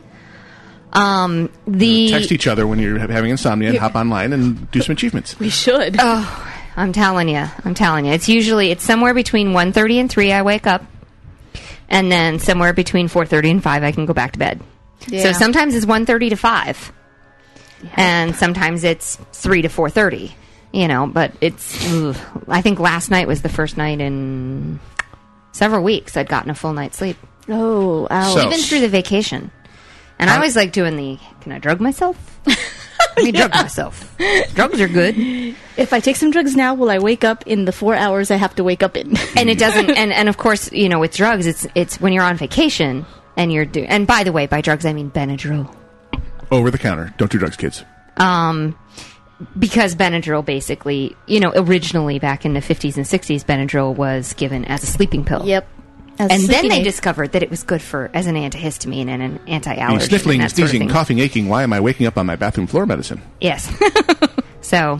S8: Um, the
S1: Text each other when you're ha- having insomnia and hop online and do some achievements.
S10: We should.
S8: Oh, I'm telling you, I'm telling you. It's usually it's somewhere between 1.30 and three. I wake up, and then somewhere between four thirty and five, I can go back to bed. So
S10: Yeah.
S8: sometimes it's 1.30 to five, and sometimes it's three to four thirty. You know, but it's. ugh. I think last night was the first night in several weeks I'd gotten a full night's sleep,
S10: oh, ow.
S1: So-
S8: even through the vacation. And I was like doing the, can I drug myself? Let me drug myself. Drugs are good.
S10: if I take some drugs now, will I wake up in the four hours I have to wake up in?
S8: and it doesn't and, and of course you know with drugs it's it's when you're on vacation and you're do and by the way by drugs i mean benadryl
S1: Over the counter. Don't do drugs, kids.
S8: um because benadryl basically you know originally back in the 50s and 60s benadryl was given as a sleeping pill
S10: yep. As
S8: and then
S10: sleeping
S8: they
S10: aid.
S8: discovered that it was good for as an antihistamine and an
S1: I mean,
S8: anti-allergy
S1: sniffling,
S8: and that sort of thing.
S1: sneezing, coughing, aching. Why am I waking up on my bathroom floor medicine?
S8: Yes. so,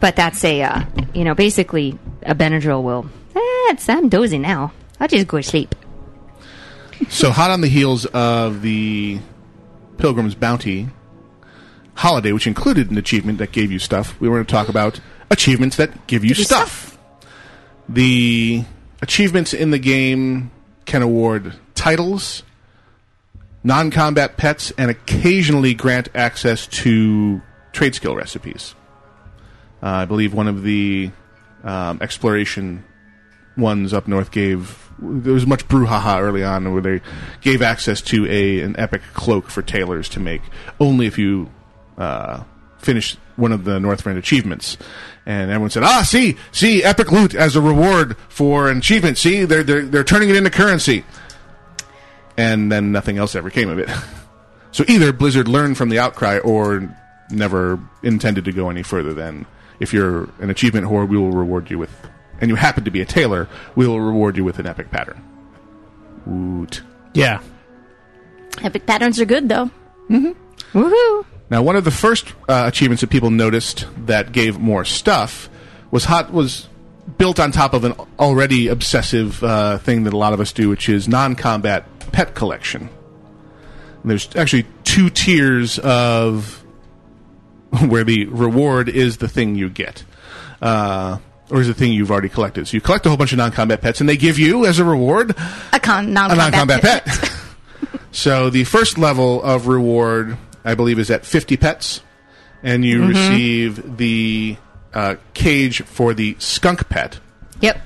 S8: but that's a, uh, you know, basically a Benadryl will, eh, it's, I'm dozy now. I'll just go to sleep.
S1: so hot on the heels of the Pilgrim's Bounty holiday, which included an achievement that gave you stuff, we were going to talk about achievements that give you stuff. The achievements in the game can award titles, non combat pets, and occasionally grant access to trade skill recipes. Uh, I believe one of the um, exploration ones up north gave. There was much brouhaha early on where they gave access to a an epic cloak for tailors to make only if you uh, finish one of the Northrend achievements. And everyone said, "Ah, see, see, epic loot as a reward for an achievement. See, they're they're, they're turning it into currency." And then nothing else ever came of it. So either Blizzard learned from the outcry or never intended to go any further than if you're an achievement whore, we will reward you with, and you happen to be a tailor, we will reward you with an epic pattern. Woot.
S16: Yeah.
S10: Epic patterns are good though.
S8: Mm-hmm. Woohoo!
S1: Now, one of the first uh, achievements that people noticed that gave more stuff was hot was built on top of an already obsessive uh, thing that a lot of us do, which is non-combat pet collection. And there's actually two tiers of where the reward is the thing you get. Uh, or is the thing you've already collected? So you collect a whole bunch of non-combat pets, and they give you as a reward
S10: A con
S1: a
S10: non-combat,
S1: non-combat pet. so the first level of reward, I believe, is at 50 pets, and you
S8: Mhm.
S1: receive the uh, cage for the skunk pet.
S8: Yep.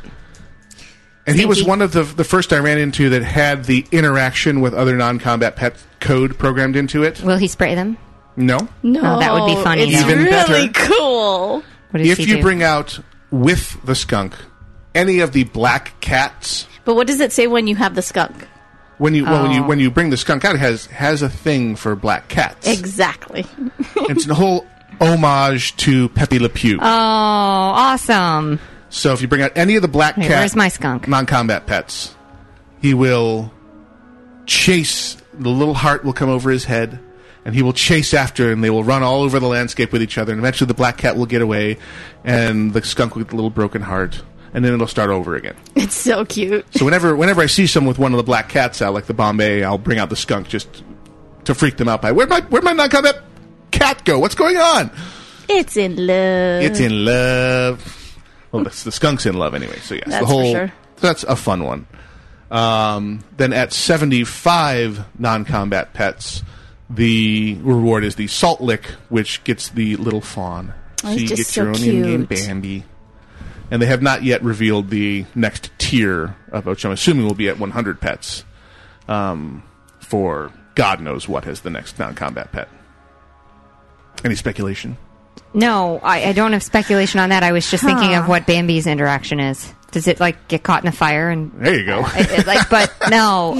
S1: And he was
S8: Stinky.
S1: one of the the first I ran into that had the interaction with other non-combat pet code programmed into it.
S8: Will he spray them?
S1: No,
S10: No,
S8: Oh, that would be funny,
S10: It's
S1: though. Even
S10: really
S1: better.
S10: cool.
S8: What does
S1: if
S8: he
S1: you
S8: do?
S1: bring out with the skunk any of the black cats
S10: But what does it say when you have the skunk?
S1: when you well, when you
S10: Oh.
S1: when you bring the skunk out, it has has a thing for black cats.
S10: Exactly.
S1: it's a whole homage to Pepe Le Pew.
S8: Oh, awesome.
S1: So if you bring out any of the black
S8: Wait,
S1: cat,
S8: where's my skunk?
S1: non-combat pets, he will chase. The little heart will come over his head, and he will chase after, and they will run all over the landscape with each other. And eventually, the black cat will get away, and the skunk with the little broken heart, and then it'll start over again.
S10: It's so cute.
S1: So whenever whenever I see someone with one of the black cats out, like the Bombay, I'll bring out the skunk just to freak them out. By where'd my where'd my non-combat cat go? What's going on?
S10: It's in love.
S1: It's in love. Well, that's the skunk's in love anyway. So yes,
S10: That's for
S1: the whole
S10: sure.
S1: that's a fun one. Um, then at seventy-five non-combat pets, the reward is the salt lick, which gets the little fawn.
S10: Oh, he's
S1: you
S10: just
S1: get
S10: so
S1: your own in-game
S10: cute.
S1: Bambi. And they have not yet revealed the next tier, of which I'm assuming will be at 100 pets. Um, for God knows what is the next non-combat pet. Any speculation?
S8: No, I, I don't have speculation on that. I was just thinking of
S10: Huh.
S8: what Bambi's interaction is. Does it like get caught in a fire and
S1: There you go.
S8: it, it, like? But no. Um,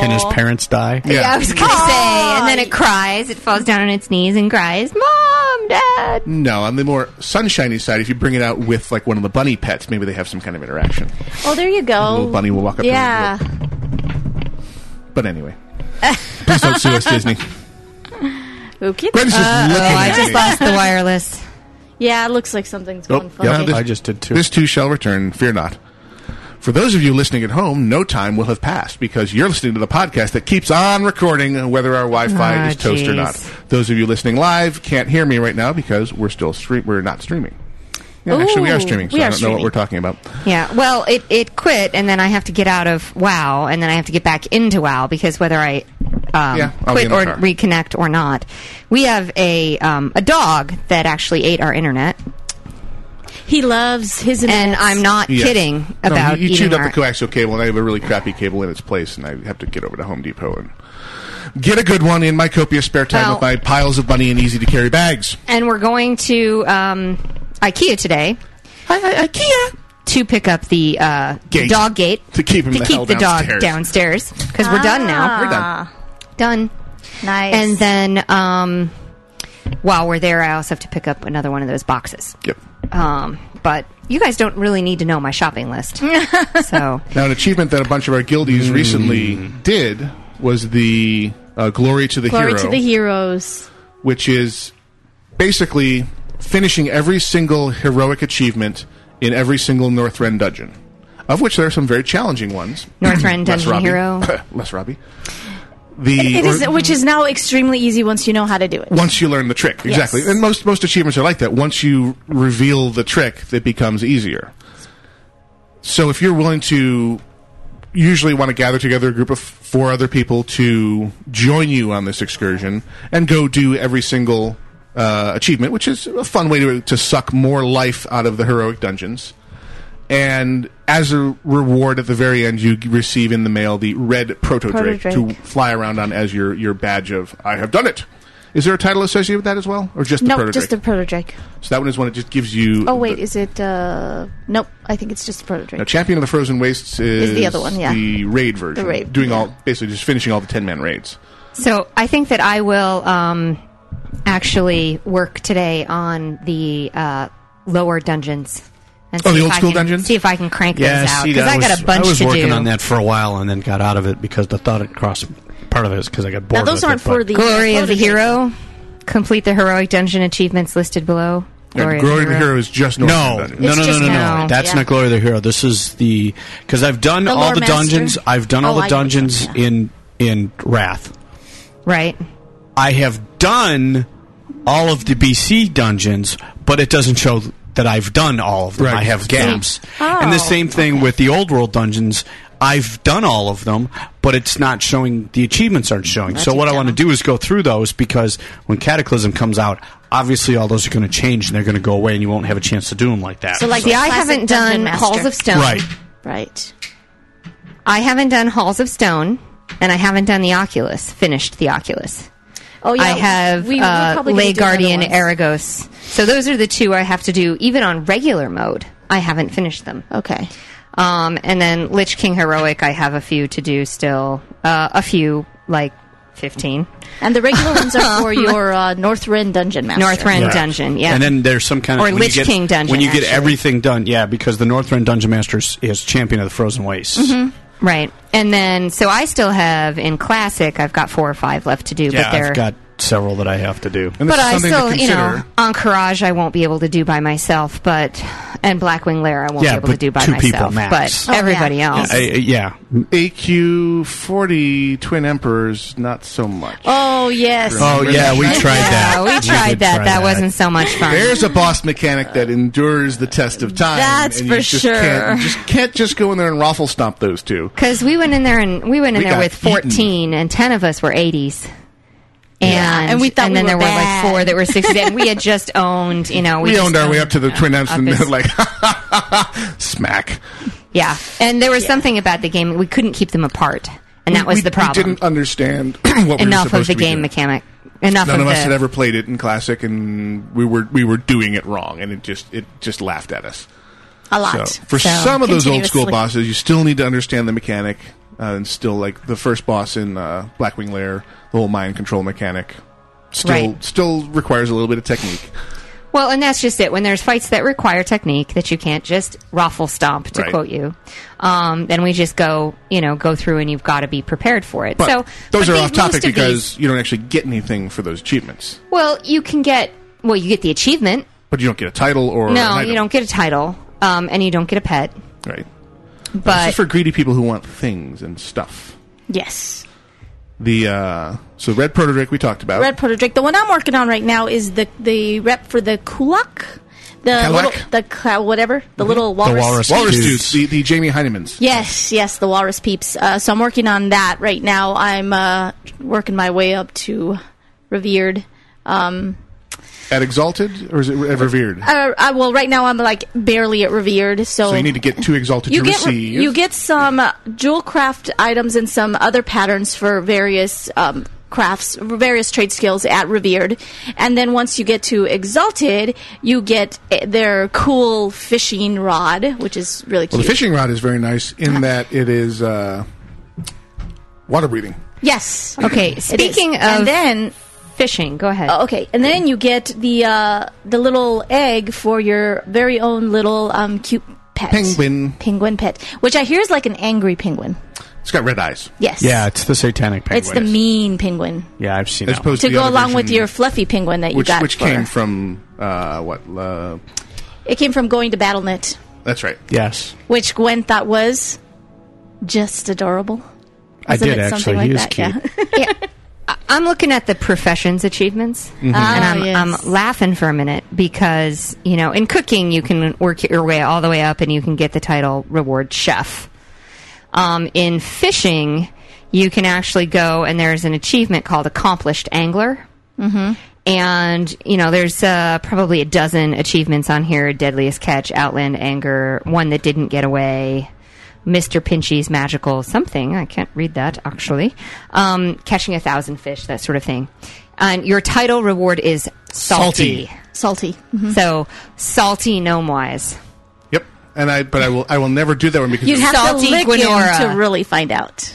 S3: Can his parents die?
S8: yeah. I was gonna say, and then it cries. It falls down on its knees and cries, "Mom, Dad."
S1: No, on the more sunshiny side, if you bring it out with like one of the bunny pets, maybe they have some kind of interaction.
S10: Oh, there you
S1: The
S10: go.
S1: little bunny will walk up. to them.
S10: yeah.
S1: But anyway, please don't sue us, Disney.
S10: Okay.
S1: Greg's just Uh-oh, looking
S8: Uh, oh, I just lost the wireless.
S10: Yeah, it looks like something's
S1: Oh,
S10: going funky.
S1: yeah, this- This too shall return. Fear not. For those of you listening at home, no time will have passed because you're listening to the podcast that keeps on recording, whether our Wi-Fi
S7: Ah,
S1: is toast or
S7: jeez.
S1: not. Those of you listening live can't hear me right now because we're still stream. We're not streaming. Yeah, actually, we
S8: Ooh,
S1: are streaming. So
S8: we
S1: I
S8: are
S1: don't know what
S8: streaming.
S1: we're talking about.
S8: Yeah, well, it, it quit, and then I have to get out of WoW, and then I have to get back into WoW because whether I um,
S17: Yeah, I'll be
S8: quit
S17: in the
S8: or
S17: car.
S8: reconnect or not, we have a um, a dog that actually ate our internet.
S10: He loves his
S8: and I'm not
S1: Yes.
S8: kidding
S1: No,
S8: about
S1: you, you
S8: eating
S1: chewed up
S8: our-
S1: the coaxial cable, and I have a really crappy cable in its place, and I have to get over to Home Depot and get a good one in my copious spare time
S8: Well-
S1: with my piles of money and easy to carry bags.
S8: and we're going to um, IKEA today.
S1: IKEA
S8: to pick up the uh,
S1: Gate.
S8: dog gate
S1: To keep him the hell
S8: dog
S1: downstairs. Ah.
S8: downstairs because we're done now.
S1: We're done.
S8: Done.
S10: Nice.
S8: And then um, while we're there, I also have to pick up another one of those boxes.
S1: Yep.
S8: Um, but you guys don't really need to know my shopping list. so
S1: Now, an achievement that a bunch of our guildies recently did was the uh, Glory to the
S10: Glory
S1: Hero,
S10: to the heroes.
S1: which is basically finishing every single heroic achievement in every single Northrend dungeon, of which there are some very challenging ones.
S8: Northrend
S1: Less
S8: dungeon
S1: Robbie.
S8: hero.
S1: Less Robbie. The
S10: It is,
S1: or-
S10: which is now extremely easy once you know how to do it.
S1: once you learn the trick, exactly.
S10: Yes.
S1: And most most achievements are like that. Once you reveal the trick, it becomes easier. So if you're willing to usually want to gather together a group of four other people to join you on this excursion and go do every single uh, achievement, which is a fun way to, to suck more life out of the heroic dungeons. And as a reward at the very end, you receive in the mail the red proto drake
S10: Proto-drake.
S1: to fly around on as your, your badge of I have done it. Is there a title associated with that as well, or just the
S10: no,
S1: proto
S10: just the protodrake.
S1: so that one is one that just gives you.
S10: Oh wait,
S1: the-
S10: is it? uh Nope, I think it's just the protodrake.
S1: now, Champion of the Frozen Wastes is,
S10: the other one, yeah.
S1: the raid version,
S10: raid,
S1: doing all basically just finishing all the ten man raids.
S8: So I think that I will um, actually work today on the uh, lower dungeons. And
S3: Oh, the
S8: see if
S3: old
S8: I
S3: school
S8: can-
S3: dungeons?
S8: See if I can crank
S3: Yeah,
S8: those out
S3: see,
S8: because I, got
S3: was-
S8: a bunch
S3: I was
S8: to
S3: working
S8: do.
S3: on that for a while and then got out of it because I thought it crossed part of it is because I got bored.
S8: Now those
S3: with
S8: aren't
S3: it,
S8: for
S3: but-
S8: the glory of the hero. Complete the heroic dungeon achievements listed below.
S3: Glory
S8: of
S3: of the Hero
S1: is just
S3: no,
S8: north
S3: no,
S8: of that.
S3: no,
S8: It's
S3: no, no,
S8: just
S3: no,
S8: now.
S3: no. That's
S8: Yeah.
S3: not Glory of the Hero. This is the because I've done
S8: The
S3: all
S8: Lore
S3: the
S8: Master.
S3: dungeons. I've done all
S8: Oh, I know
S3: the
S8: which one,
S3: dungeons in in Wrath.
S8: Right.
S3: I have done all of the BC dungeons, but it doesn't show that I've done all of them.
S16: Right.
S3: I have gaps.
S16: Oh.
S3: and the same thing with the old world dungeons. I've done all of them, but it's not showing the achievements aren't showing. so what I want to do is go through those because when Cataclysm comes out, obviously all those are going to change and they're going to go away, and you won't have a chance to do them like that.
S8: So, like, see, I haven't done Halls of Stone.
S3: Right.
S8: Right. I haven't done Halls of Stone, and I haven't done the Oculus. Finished the Oculus.
S10: Oh, yeah.
S8: I have
S10: We- we're
S8: uh,
S10: probably gonna
S8: Lay
S10: do the other
S8: Guardian,
S10: ones.
S8: Aragos. So those are the two I have to do, even on regular mode. I haven't finished them.
S10: Okay.
S8: Um, and then Lich King Heroic, I have a few to do still. Uh, a few, like fifteen.
S10: And the regular ones are for
S8: Um,
S10: your uh, Northrend dungeon master.
S8: Northrend dungeon, yeah.
S3: And then there's some kind of
S8: Or
S3: when you
S8: Lich
S3: get-
S8: King dungeon,
S3: when you get
S8: actually.
S3: everything done. Yeah, because the Northrend Dungeon Master is, is champion of the Frozen Wastes.
S8: Mhm. Right. And then, so I still have in classic, I've got four or five left to do,
S3: Yeah,
S8: but they're.
S3: I've got several that I have to do.
S8: but I still, you know, on Courage, I won't be able to do by myself, but and Blackwing Lair, I won't
S3: Yeah,
S8: be able to
S3: but
S8: do by
S3: two
S8: myself.
S3: people max.
S10: Oh,
S8: But everybody else,
S3: Yeah, I- I- yeah.
S1: AQ forty Twin Emperors, not so much.
S10: Oh yes.
S1: Oh, yeah, we tried that.
S8: Yeah, we tried
S1: We did
S8: that.
S1: try
S8: that.
S1: that.
S8: wasn't so much fun.
S1: There's a boss mechanic that endures the test of time.
S8: That's
S1: and you
S8: for
S1: just
S8: sure.
S1: Can't, you just can't just go in there and raffle stomp those two.
S8: Because we went in there and we went in
S1: We
S8: there
S1: got
S8: with 14, and 10 of us were 80s. And,
S10: and we thought we
S8: then
S10: were
S8: there
S10: bad.
S8: were like four that were 60s, and we had just owned, you know, we,
S1: We,
S8: just
S1: owned our way up to the Twin Emps and
S8: his-
S1: then like smack.
S8: Yeah, and there was something about the game we couldn't keep them apart, and that
S1: We-
S8: was
S1: we-
S8: the problem.
S1: We didn't understand what we were
S8: enough of
S1: supposed
S8: the
S1: to be
S8: game
S1: doing.
S8: mechanic. Enough
S1: None
S8: of,
S1: of, us
S8: the
S1: had ever played it in classic, and we were we were doing it wrong, and it just it just laughed at us.
S10: A lot.
S1: So, for
S10: So,
S1: some of those old school
S10: continuously.
S1: bosses, you still need to understand the mechanic, uh, and still like the first boss in uh, Blackwing Lair, the whole mind control mechanic, still
S8: Right.
S1: still requires a little bit of technique.
S8: Well, and that's just it. When there's fights that require technique that you can't just raffle stomp, to
S1: Right.
S8: quote you, um, then we just go, you know, go through and you've got to be prepared for it.
S1: But
S8: so
S1: those
S8: but
S1: are
S8: the-
S1: off
S8: most
S1: topic
S8: of these-
S1: because you don't actually get anything for those achievements,
S8: well, you can get well, you get the achievement.
S1: but you don't get a title or an
S8: No,
S1: item.
S8: you don't get a title, um, and you don't get a pet.
S1: Right, this
S8: But
S1: is for greedy people who want things and stuff.
S10: Yes.
S1: The uh, so red protodrake we talked about.
S10: Red protodrake. The one I'm working on right now is the the rep for the kulak, the
S1: Kulak? Mm-hmm.
S10: little the ca- whatever the little walrus.
S1: walrus dudes, the, the Jamie Heinemans.
S10: Yes, yes, the walrus peeps. Uh, so I'm working on that right now. I'm uh, working my way up to revered. Um,
S1: At Exalted, or is it at Revered?
S10: uh, I, well, right now I'm like barely at revered. So,
S1: so you need to get two Exalted
S10: you
S1: to
S10: get
S1: receive.
S10: you get some uh, jewel craft items and some other patterns for various um, crafts, various trade skills at Revered, and then once you get to Exalted, you get uh, their cool fishing rod, which is really
S1: well,
S10: cute.
S1: the fishing rod is very nice in that it is uh, water breathing.
S10: Yes.
S8: Okay,
S10: It is.
S8: speaking of
S10: and then
S8: fishing, go ahead.
S10: Oh, okay, and then you get the uh, the little egg for your very own little um, cute pet
S1: Penguin.
S10: penguin pet, which I hear is like an angry penguin.
S1: It's got red eyes.
S10: Yes.
S3: Yeah, it's the Satanic Penguin.
S10: It's the mean penguin.
S3: yeah, I've seen
S1: As
S3: that
S1: opposed
S10: to
S1: the
S10: go
S1: other
S10: along with
S1: version,
S10: your fluffy penguin that you
S1: which,
S10: got.
S1: which
S10: for-
S1: came from uh, what? Uh,
S10: It came from going to BattleNet,
S1: that's right.
S3: Yes,
S10: which Gwen thought was just adorable.
S3: I
S10: Wasn't
S3: did
S10: it something
S3: actually.
S10: like
S3: he is
S10: that?
S3: cute.
S10: Yeah.
S8: I'm looking at the professions achievements,
S3: Mhm.
S8: and
S3: Ah,
S8: I'm,
S10: yes.
S8: I'm laughing for a minute because you know, in cooking, you can work your way all the way up, and you can get the title reward chef. Um, in fishing, you can actually go and there's an achievement called Accomplished Angler.
S10: Mm-hmm.
S8: And, you know, there's uh, probably a dozen achievements on here Deadliest Catch, Outland Anger, One That Didn't Get Away, Mr. Pinchy's Magical Something. I can't read that, actually. Um, catching a Thousand Fish, that sort of thing. And your title reward is Salty.
S10: Salty.
S8: So, Salty Gnome Wise.
S1: Yep. And I, but I will, I will never do that one because
S10: You'd have
S8: Salty
S10: to lick
S8: Gwenora.
S10: him to really find out.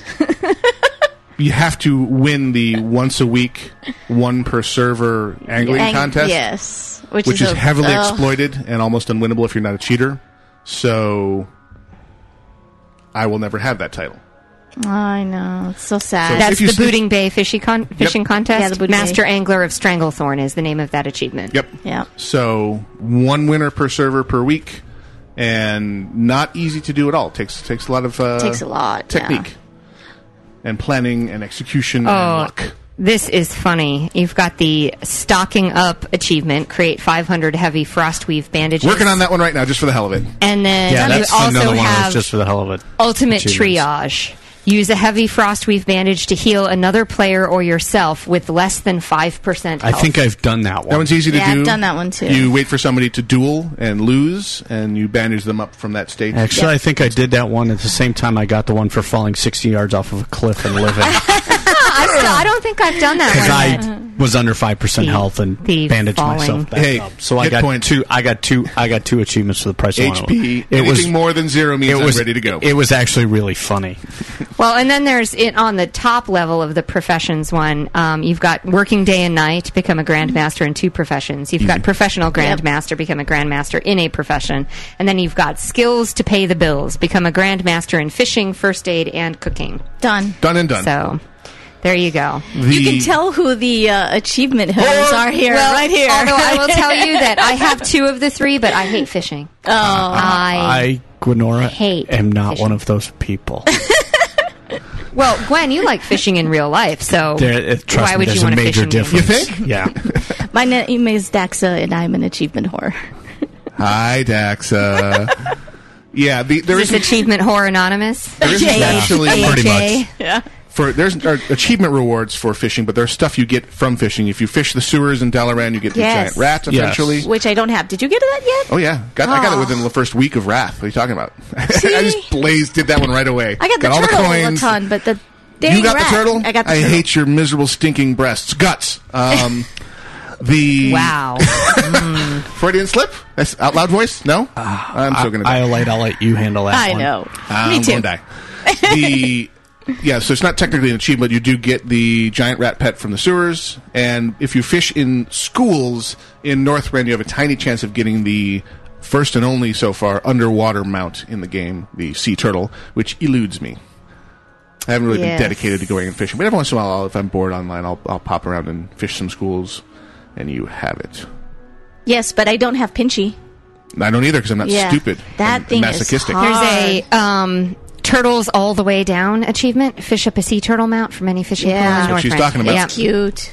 S1: you have to win the once a week, one per server angling
S10: Ang-
S1: contest.
S10: Yes,
S1: which,
S10: which
S1: is,
S10: is a-
S1: heavily
S10: oh.
S1: exploited and almost unwinnable if you're not a cheater. So, I will never have that title.
S10: I know. It's so sad.
S1: So if
S8: That's
S1: you
S8: the
S1: s-
S8: Booting Bay Fishy con- Fishing Contest.
S10: Yeah, the Booting
S8: Master
S10: Bay.
S8: Angler of Stranglethorn is the name of that achievement.
S1: Yep.
S10: Yeah.
S1: So one winner per server per week, and not easy to do at all. takes takes a lot of uh,
S8: Takes a lot,
S1: technique, and planning and execution. and
S8: Oh,
S1: luck.
S8: this is funny. You've got the stocking up achievement, create 500 heavy frostweave bandages.
S1: Working on that one right now, just for the hell of it.
S8: And then
S3: yeah,
S8: you
S3: that's
S8: also
S3: another one of
S8: have
S3: those just for the hell of it.
S8: ultimate triage.
S3: Achievements.
S8: Use a heavy frostweave bandage to heal another player or yourself with less than 5% health.
S3: I think I've done that one.
S1: That one's easy to
S8: Yeah, I've
S1: do.
S8: done that one too.
S1: You wait for somebody to duel and lose, and you bandage them up from that stage.
S3: Actually, I think I did that one at the same time I got the one for falling 60 yards off of a cliff and living.
S8: I, still, I don't think I've done that
S3: Because
S8: one. yet.
S3: I was under five percent health and
S8: the
S3: bandaged
S8: falling.
S3: myself back
S1: Hey,
S3: up. So I
S1: hit
S3: got
S1: points.
S3: two. I got two. I got two achievements for the price of one.
S1: HP.
S3: It was
S1: Anything more than zero means
S3: it
S1: I'm
S3: was
S1: ready to go.
S3: It was actually really funny.
S8: Well, and then there's it on the top level of the professions one. Um, you've got working day and night, become a grandmaster in two professions. You've got professional grandmaster, become a grandmaster in a profession, and then you've got skills to pay the bills, become a grandmaster in fishing, first aid, and cooking.
S10: Done.
S1: Done and done.
S8: So there you go.
S10: you can tell who the uh, achievement holders are here,
S8: Well,
S10: right here.
S8: Although I will tell you that I have two of the three, but I hate fishing. Oh, I
S3: I, Gwenora,
S8: hate
S3: am not one of those people.
S8: well, Gwen, you like fishing in real life, so
S3: There, it- trust
S8: why
S3: me,
S8: would
S3: there's
S8: you
S3: a
S8: want to fish
S3: major
S8: in real life?
S3: difference. Yeah.
S10: My name is Daxa, and I'm an achievement whore.
S1: Hi, Daxa. yeah, the, there
S8: is
S1: is
S8: this achievement horror anonymous?
S1: There is Yeah. actually- Pretty much.
S10: Yeah.
S1: for there's are achievement rewards for fishing, but there's stuff you get from fishing. If you fish the sewers in Dalaran, you get the giant rat eventually.
S10: Which I don't have. Did you get that yet?
S1: Oh yeah, got, I got it
S10: Aw.
S1: within the first week of Wrath. What are you talking about? I just blazed did that one right away.
S10: I got the
S1: all
S10: turtle
S1: the coins.
S10: a ton, but the
S1: you
S10: dang
S1: got
S10: rat,
S1: the turtle.
S10: I got the
S1: I
S10: turtle.
S1: hate your miserable stinking breasts, guts. Um, the
S8: wow.
S1: Freudian slip. That's out loud voice. No, I'm still gonna.
S3: I'll let I'll let you handle that.
S10: I
S3: one.
S10: know.
S1: I'm
S10: Me too.
S1: Gonna die. Um, The yeah, so it's not technically an achievement. You do get the giant rat pet from the sewers, and if you fish in schools in Northrend, you have a tiny chance of getting the first and only so far underwater mount in the game, the sea turtle, which eludes me. I haven't really
S10: Yes.
S1: been dedicated to going and fishing, but every once in a while, I'll, if I'm bored online, I'll, I'll pop around and fish some schools, and you have it.
S10: Yes, but I don't have Pinchy.
S1: I don't either because I'm not
S10: Yeah.
S1: stupid.
S10: That
S1: I'm
S10: thing is
S1: masochistic.
S10: hard.
S8: There's a um, turtles all the way down achievement. Fish up a sea turtle mount from any fishing pole in
S1: That's what she's
S8: Northrend.
S1: talking about.
S8: Yeah.
S10: Cute.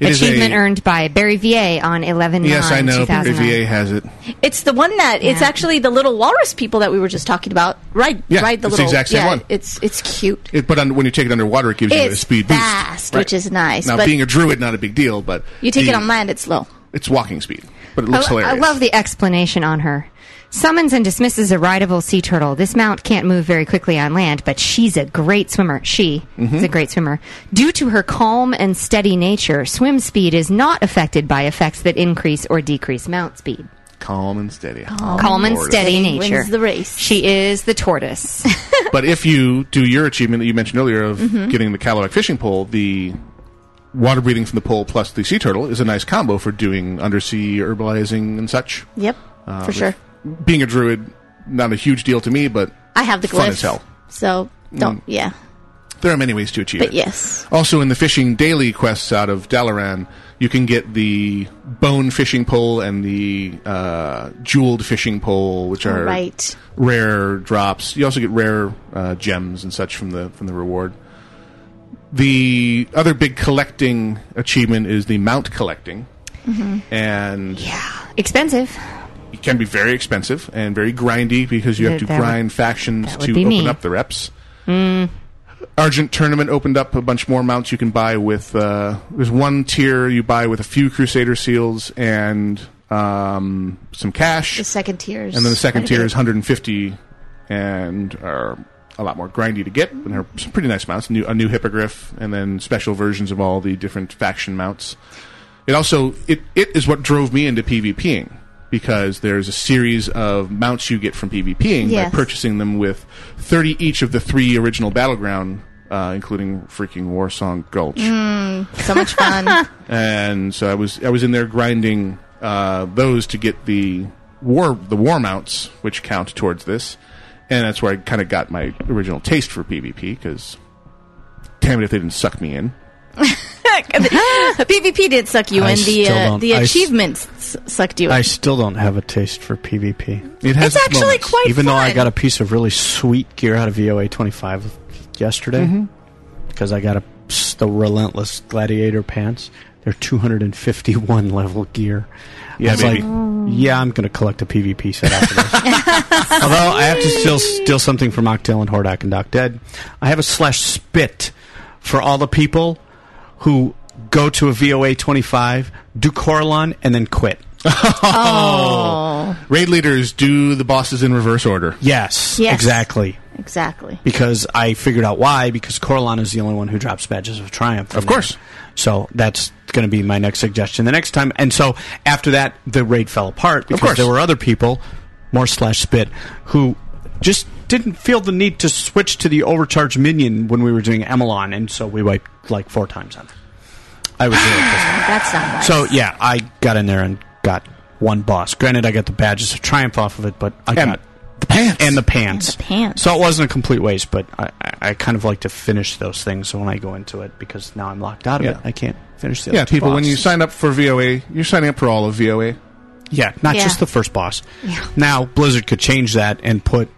S1: It is
S8: achievement
S1: a-
S8: earned by Barry VA on 11
S1: Yes, I know. Barry VA has it.
S10: It's the one that it's actually the little walrus people that we were just talking about. Right,
S1: Yeah,
S10: right. The
S1: it's the
S10: little
S1: exact same
S10: yeah,
S1: one.
S10: It's it's cute.
S1: It, but on, when you take it underwater, it gives you a
S10: It's
S1: speed boost.
S10: fast, which is nice,
S1: Now,
S10: but-
S1: being a druid, not a big deal, but
S10: You take
S1: the-
S10: it on land, it's slow.
S1: It's walking speed, but it looks
S8: Oh, I,
S1: hilarious.
S8: I love the explanation on her. Summons and dismisses a rideable sea turtle. This mount can't move very quickly on land, but she's a great swimmer. She
S1: Mm-hmm.
S8: is a great swimmer. Due to her calm and steady nature, swim speed is not affected by effects that increase or decrease mount speed.
S1: calm and steady.
S8: Calm, and
S1: Lord.
S8: steady
S10: Steady wins
S8: nature.
S10: the race.
S8: She is the tortoise.
S1: but if you do your achievement that you mentioned earlier of
S10: Mm-hmm.
S8: Mhm.
S1: getting the Calabac fishing pole, the water breathing from the pole plus the sea turtle is a nice combo for doing undersea herbalizing and such.
S10: Yep,
S1: Uh,
S10: for
S1: which-
S10: sure.
S1: Being a druid, not a huge deal to me, but
S10: I have the glyph.
S1: fun as hell.
S10: So don't.
S1: Mm.
S10: Yeah,
S1: There are many ways to achieve
S10: but
S1: it.
S10: yes.
S1: Also, in the fishing daily quests out of Dalaran, you can get the bone fishing pole and the uh, jeweled fishing pole, which are
S10: Right.
S1: rare drops. You also get rare uh, gems and such from the from the reward. The other big collecting achievement is the mount collecting,
S8: Mhm.
S1: and
S8: Expensive.
S1: it can be very expensive and very grindy because you have to
S8: That would-
S1: grind factions
S8: that would
S1: to
S8: be
S1: open
S8: me.
S1: up the reps.
S8: Mm.
S1: Argent tournament opened up a bunch more mounts you can buy with. Uh, there's one tier you buy with a few Crusader seals and um, some cash.
S10: The second tiers.
S1: And then the second tier is 150 and are a lot more grindy to get. And they're some pretty nice mounts. New, a new hippogriff, and then special versions of all the different faction mounts. It also it, it is what drove me into PvPing because there's a series of mounts you get from PvPing
S7: Yes.
S1: by purchasing them with 30 each of the three original battleground, uh, including freaking Warsong Gulch
S10: Mm, so much fun.
S1: and so I was I was in there grinding uh, those to get the war the war mounts, which count towards this, and that's where I kind of got my original taste for PvP because damn it if they didn't suck me in.
S10: PvP did suck you
S3: I
S10: in. The
S3: still
S10: uh,
S3: don't-
S10: the
S3: I s-
S10: achievements s- sucked you in.
S3: I still don't have a taste for PvP.
S1: It
S10: has It's its actually moments. quite
S3: even though I
S10: fun.
S3: got a piece of really sweet gear out of E VOA twenty five yesterday
S10: Mhm.
S3: because I got a the relentless gladiator pants. They're two hundred and fifty one level gear.
S1: Yeah,
S3: I was
S1: baby.
S3: like, yeah, I'm going to collect a PvP set after this. Although I have to steal steal something from Octail and Hordak and Doc Dead. I have a slash spit for all the people who go to a VOA twenty five, do Coralon, and then quit.
S10: Oh.
S1: Raid leaders do the bosses in reverse order.
S3: Yes,
S10: Yes.
S3: exactly.
S10: Exactly.
S3: Because I figured out why. Because Coralon is the only one who drops badges of triumph. Of course. So that's going to be my next suggestion the next time. And so after that, the raid fell apart because
S1: course.
S3: there were other people, more slash spit, who just didn't feel the need to switch to the overcharged minion when we were doing Emelon, and so we wiped like four times on it. I was really pissed.
S10: That's not nice.
S3: So yeah, I got in there and got one boss. Granted, I got the badges of triumph off of it, but I got the pants and the pants.
S10: pants.
S3: So it wasn't a complete waste, but I, I I kind of like to finish those things when I go into it because now I'm locked out of
S1: Yeah.
S3: it. I can't finish the
S1: Yeah,
S3: other
S1: people, when
S3: boss.
S1: you sign up for VOA, you're signing up for all of VOA.
S3: yeah, not
S1: Yeah.
S3: just the first boss. Now Blizzard could change that and put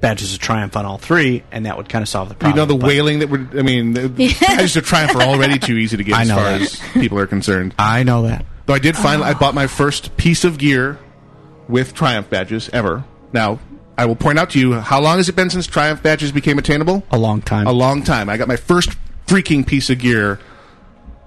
S3: badges of triumph on all three, and that would kind of solve the
S1: You
S3: problem.
S1: know the
S3: but-
S1: wailing that would I mean, the
S3: Yeah.
S1: badges of triumph are already too easy to get
S3: I
S1: as
S3: know
S1: far
S3: that.
S1: as people are concerned.
S3: I know that.
S1: Though I did finally, I bought my first piece of gear with Triumph badges ever. Now, I will point out to you how long has it been since Triumph badges became attainable?
S3: A long time.
S1: A long time. I got my first freaking piece of gear.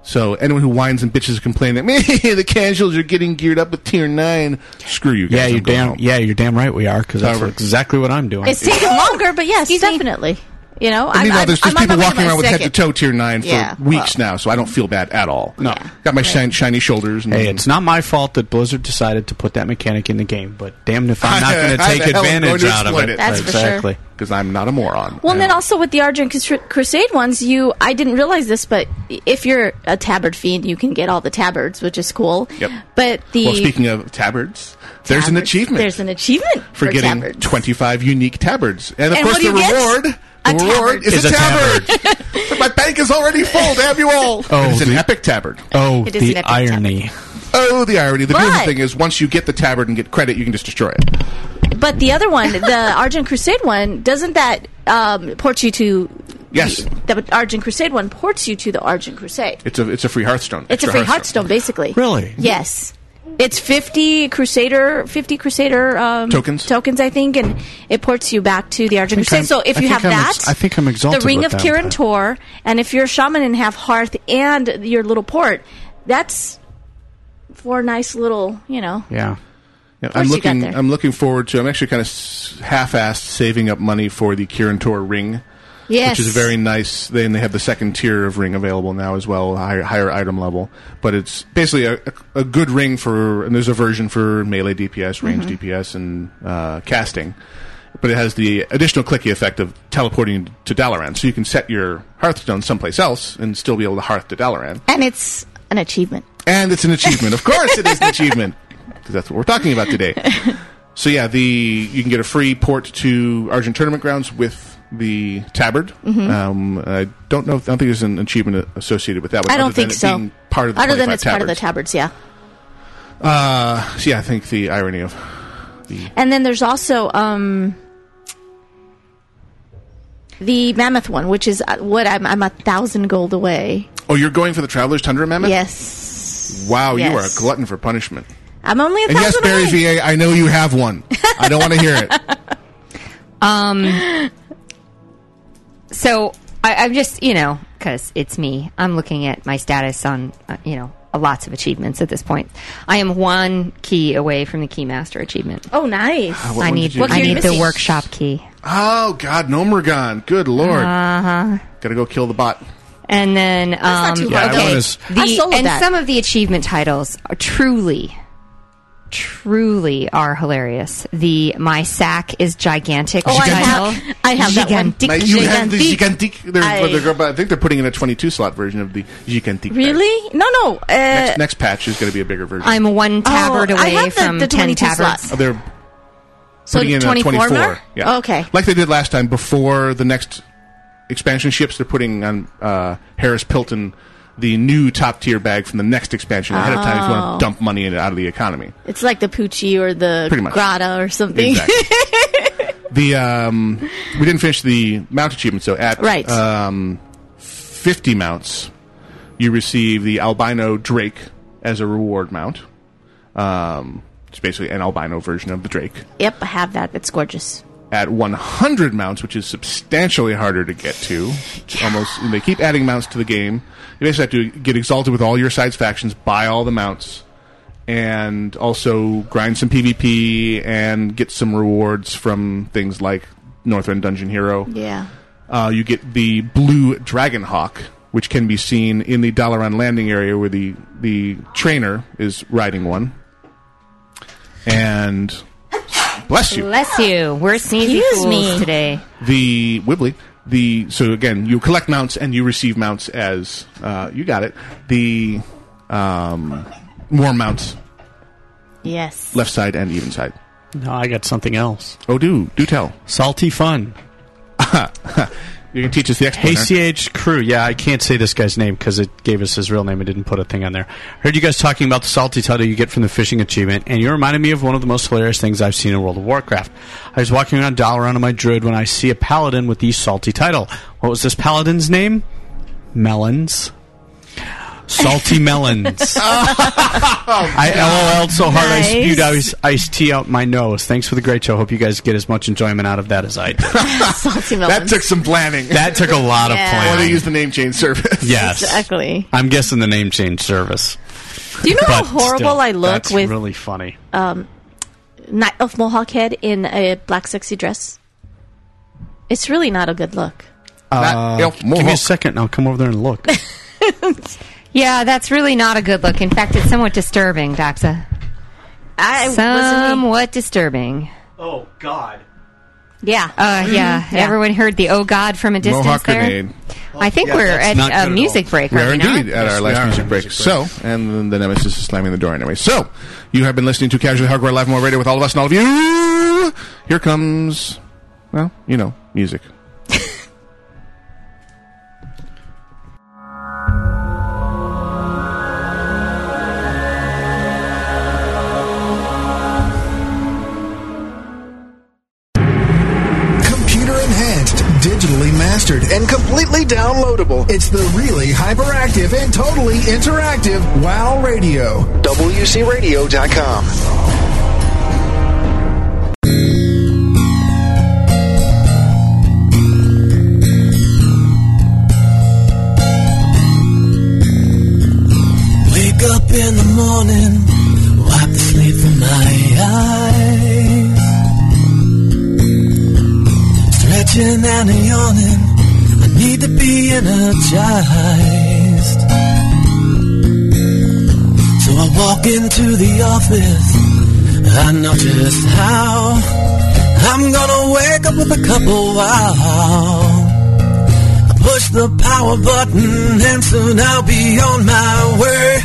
S1: So anyone who whines and bitches complain that man, the casuals are getting geared up with tier nine. Screw you. Guys,
S3: Yeah,
S1: I'm
S3: you're
S1: going
S3: damn.
S1: home.
S3: Yeah, you're damn right. We are because that's
S1: However-
S3: exactly what I'm doing.
S10: It's taken longer, but yes, definitely. You know,
S1: I mean,
S10: I'm,
S1: now, there's,
S10: I'm,
S1: there's
S10: I'm
S1: people
S10: on my
S1: walking around with head to
S10: second.
S1: toe tier nine for
S10: Yeah,
S1: weeks now, so I don't feel bad at all. No, got my shine, shiny shoulders. And
S3: Hey, it's not my fault that Blizzard decided to put that mechanic in the game, but damn if I'm not going to
S1: How
S3: take
S1: the hell am I going
S3: advantage
S1: to
S3: out of
S1: exploit
S3: it.
S10: That's for sure.
S3: exactly.
S1: Because I'm not a moron.
S10: Well, and then also with the Argent Crus- Crusade ones, you I didn't realize this, but if you're a tabard fiend, you can get all the tabards, which is cool.
S1: Yep.
S10: But the
S1: well, speaking of tabards, there's an
S10: tabards-
S1: achievement
S10: There's an achievement
S1: for getting
S10: tabards.
S1: 25 unique tabards, and of
S10: And
S1: course
S10: what do
S1: the
S10: you get?
S1: reward.
S10: A
S1: the
S10: tabard.
S1: reward is,
S3: Is
S1: a
S3: a
S1: tabard. But my bank is already full. Damn you all!
S3: Oh,
S1: it's an
S3: the-
S1: epic tabard.
S3: Oh,
S1: It is an
S3: the
S1: epic
S3: irony.
S1: Oh, the irony! The beautiful
S10: But-
S1: thing is, once you get the tabard and get credit, you can just destroy it.
S10: But the other one, the Argent Crusade one, doesn't that um, port you to?
S1: Yes.
S10: The Argent Crusade one ports you to the Argent Crusade.
S1: It's a it's a free Hearthstone.
S10: It's a
S1: Extra
S10: free Hearthstone, basically.
S1: Really?
S10: Yes. It's fifty Crusader, fifty Crusader um,
S3: Tokens?
S10: Tokens, I think, and it ports you back to the Argent Crusade.
S3: I'm-
S10: So if
S3: I
S10: you
S3: think
S10: have
S3: I'm
S10: that,
S3: ex- I think I'm exalted
S10: The Ring
S3: with
S10: of
S3: that.
S10: Kirin Tor, and if you're a shaman and have Hearth and your little port, that's four nice little, you know.
S3: Yeah.
S1: Yeah,
S10: course
S1: I'm
S10: you got
S1: looking.
S10: there.
S1: I'm looking forward to. I'm actually kind of s- half-assed saving up money for the Kirin Tor ring,
S10: Yes.
S1: which is very nice. Then they have the second tier of ring available now as well, higher, higher item level. But it's basically a, a, a good ring for. And there's a version for melee DPS,
S10: Mm-hmm.
S1: range
S7: Mhm.
S1: DPS, and uh, casting. But it has the additional clicky effect of teleporting to Dalaran, so you can set your Hearthstone someplace else and still be able to hearth to Dalaran.
S10: and it's an achievement.
S1: And it's an achievement. Of course, it is an achievement because that's what we're talking about today. So yeah, the you can get a free port to Argent Tournament Grounds with the tabard.
S10: Mhm.
S1: Um, I don't know. If, I don't think there's an achievement associated with that. one,
S10: I don't
S1: other than
S10: think
S1: it
S10: so.
S1: being Part of the
S10: other than
S1: 25
S10: it's part of the tabards, yeah.
S1: tabards. Uh, so yeah, I think the irony of
S10: And then there's also um, the mammoth one, which is uh, what I'm, I'm a thousand gold away.
S1: oh, you're going for the Traveler's Tundra Mammoth.
S10: Yes.
S1: Wow, you are a
S10: Yes.
S1: glutton for punishment.
S10: I'm only a
S1: And yes,
S10: thousand
S1: Barry
S10: away.
S1: VA, I know you Uh, have one. I don't want to hear it.
S2: Um,
S8: So I, I'm just, you know, because it's me. I'm looking at my status on, uh, you know, lots of achievements at this point. I am one key away from the Keymaster achievement.
S10: Oh, nice.
S1: Ah, what
S8: I
S1: one
S8: need,
S1: did you
S8: I
S1: get?
S8: need the workshop key.
S1: Oh God, Nomergon. Good lord.
S8: Uh-huh.
S1: Gotta go kill the bot.
S8: And then, um,
S1: not too hard. Yeah, that
S8: okay,
S1: one is-
S8: the-
S10: I soloed
S8: and
S10: that.
S8: some of the achievement titles are truly, truly are hilarious. The my sack is gigantic.
S10: Oh, I
S8: title.
S10: have- I have that one.
S8: gigantic,
S1: Now, you have the
S8: gigantic.
S1: gigantic. They're,
S10: I-
S1: they're- but I think they're putting in a 22 slot version of the gigantic.
S10: Really? No, no. Uh,
S1: Next, next patch is going to be a bigger version.
S8: I'm one tabard
S10: Oh, I
S8: away
S10: have the-
S8: from
S10: the
S8: ten
S10: 22 slot.
S8: tabards.
S1: Oh, they're
S8: So
S1: putting in
S8: 24
S1: a 24.
S8: now?
S1: Yeah.
S8: Okay.
S1: Like they did last time before the next expansion ships, they're putting on uh, Harris Pilton the new top tier bag from the next expansion ahead of time if you
S10: Oh.
S1: want to dump money in, out of the economy.
S10: It's like the Poochie or the
S1: Pretty much.
S10: Grata or something.
S1: The um, we didn't finish the mount achievement, so at
S10: Right.
S1: um, fifty mounts, you receive the albino drake as a reward mount. Um, it's basically an albino version of the drake.
S10: yep, I have that. That's gorgeous.
S1: At one hundred mounts, which is substantially harder to get to, almost and they keep adding mounts to the game. You basically have to get exalted with all your sides factions, buy all the mounts, and also grind some PvP and get some rewards from things like Northrend Dungeon Hero.
S10: Yeah.
S1: Uh, you get the blue dragon hawk, which can be seen in the Dalaran landing area where the, the trainer is riding one. And bless you.
S8: Bless you. We're sneezy
S10: Excuse
S8: fools
S10: me.
S8: today.
S1: The Wibbly. The so again, you collect mounts and you receive mounts as uh, you got it. The um, more mounts,
S10: Yes.
S1: left side and even side.
S3: No, I got something else.
S1: Oh, do do tell.
S3: Salty fun.
S1: you can teach us the expert.
S3: Hey, CH Crew. Yeah, I can't say this guy's name because it gave us his real name. I didn't put a thing on there. Heard you guys talking about the salty title you get from the fishing achievement, and you reminded me of one of the most hilarious things I've seen in World of Warcraft. I was walking around Dalaran on my druid when I see a paladin with the salty title. What was this paladin's name? Melons. Salty melons. I LOL'd so hard I
S5: Nice.
S3: spewed ice, iced tea out my nose. Thanks for the great show. Hope you guys get as much enjoyment out of that as I did.
S10: Salty
S1: That took some planning.
S3: That took a lot of Yeah. planning.
S1: Or they used the name change service.
S3: Yes.
S10: Exactly.
S3: I'm guessing the name change service.
S10: Do you know how
S3: But
S10: horrible
S3: still,
S10: I look
S3: that's
S10: with-
S3: really funny.
S10: Um, Knight of Mohawk Head in a black sexy dress. It's really not a good look.
S3: Uh,
S1: elf
S3: give me a second, and I'll come over there and look.
S8: Yeah, that's really not a good look. In fact, it's somewhat disturbing, Daxa.
S10: I
S8: somewhat disturbing.
S3: Oh God.
S10: Yeah.
S8: Uh, yeah.
S10: Yeah.
S8: Everyone heard the "Oh God" from a distance
S1: Mohawk
S8: there.
S1: grenade.
S8: I think
S1: Yeah,
S8: we're
S1: that's not good
S8: at
S1: at
S8: a
S1: all.
S8: music break.
S1: We
S8: Are
S1: are
S8: we not?
S1: indeed at our last music break. So, and then the nemesis is slamming the door anyway. So, you have been listening to Casually Hardcore Live on More Radio with all of us and all of you. Here comes, well, you know, music.
S14: Computer enhanced, digitally mastered, and completely downloadable. It's the really hyperactive and totally interactive WoW Radio. WCRadio.com.
S16: Wake up in the morning, wipe the sleep from my eyes. Stretching and yawning, I need to be energized. So I walk into the office, I know just how. I'm gonna wake up with a cup of wow. Push the power button and soon I'll be on my way.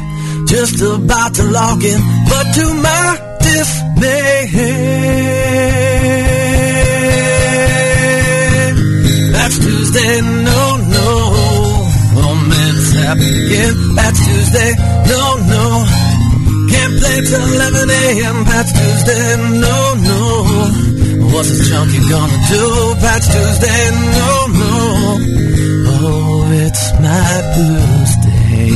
S16: Just about to log in, but to my dismay, that's Tuesday. No, no, romance happened again. That's Tuesday. No, no, can't play till 11 a.m. That's Tuesday. No, no, what's this junk you gonna do? That's Tuesday. No, no. Oh, it's my blues day.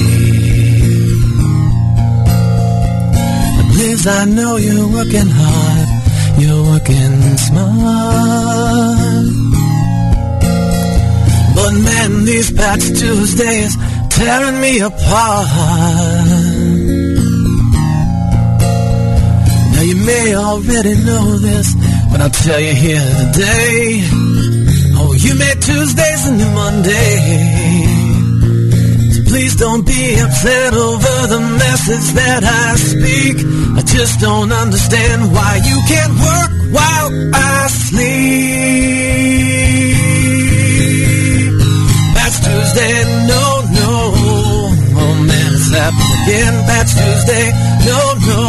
S16: Liz, I know you're working hard, you're working smart. But man, these past Tuesdays tearing me apart. Now you may already know this, but I'll tell you here today. Oh, you made Tuesdays a new Monday. So please don't be upset over the message that I speak. I just don't understand why you can't work while I sleep. That's Tuesday, no, no. Oh man, it's happened again. That's Tuesday, no, no.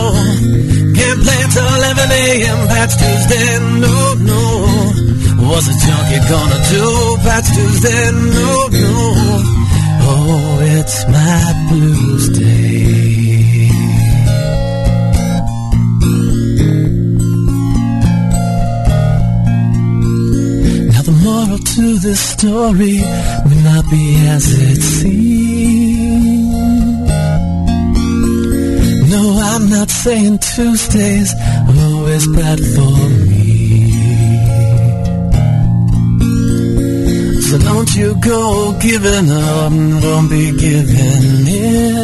S16: Can't play till 11 a.m. That's Tuesday, no, no. What's a junkie gonna do? That's Tuesday, no, no. Oh, it's my blues day. Now the moral to this story may not be as it seems. No, I'm not saying Tuesdays are always bad for me. So don't you go giving up, don't be giving in.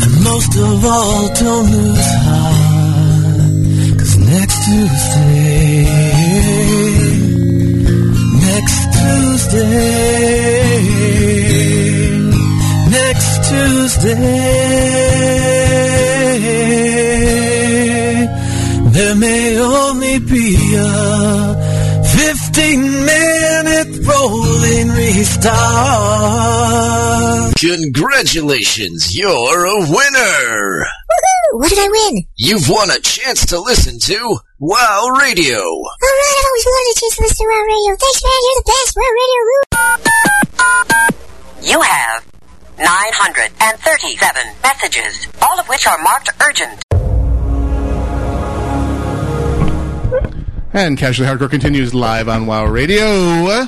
S16: And most of all, don't lose heart. Cause next Tuesday, next Tuesday, next Tuesday, there may only be a 15 minute rolling restart.
S17: Congratulations, you're a winner!
S18: What did I win?
S17: You've won a chance to listen to Wow Radio.
S18: All right, I've always wanted a chance to listen to Wow Radio. Thanks, man. You're the best. Wow Radio rules.
S19: You have 937 messages, all of which are marked urgent.
S1: And Casually Hardcore continues live on WoW Radio.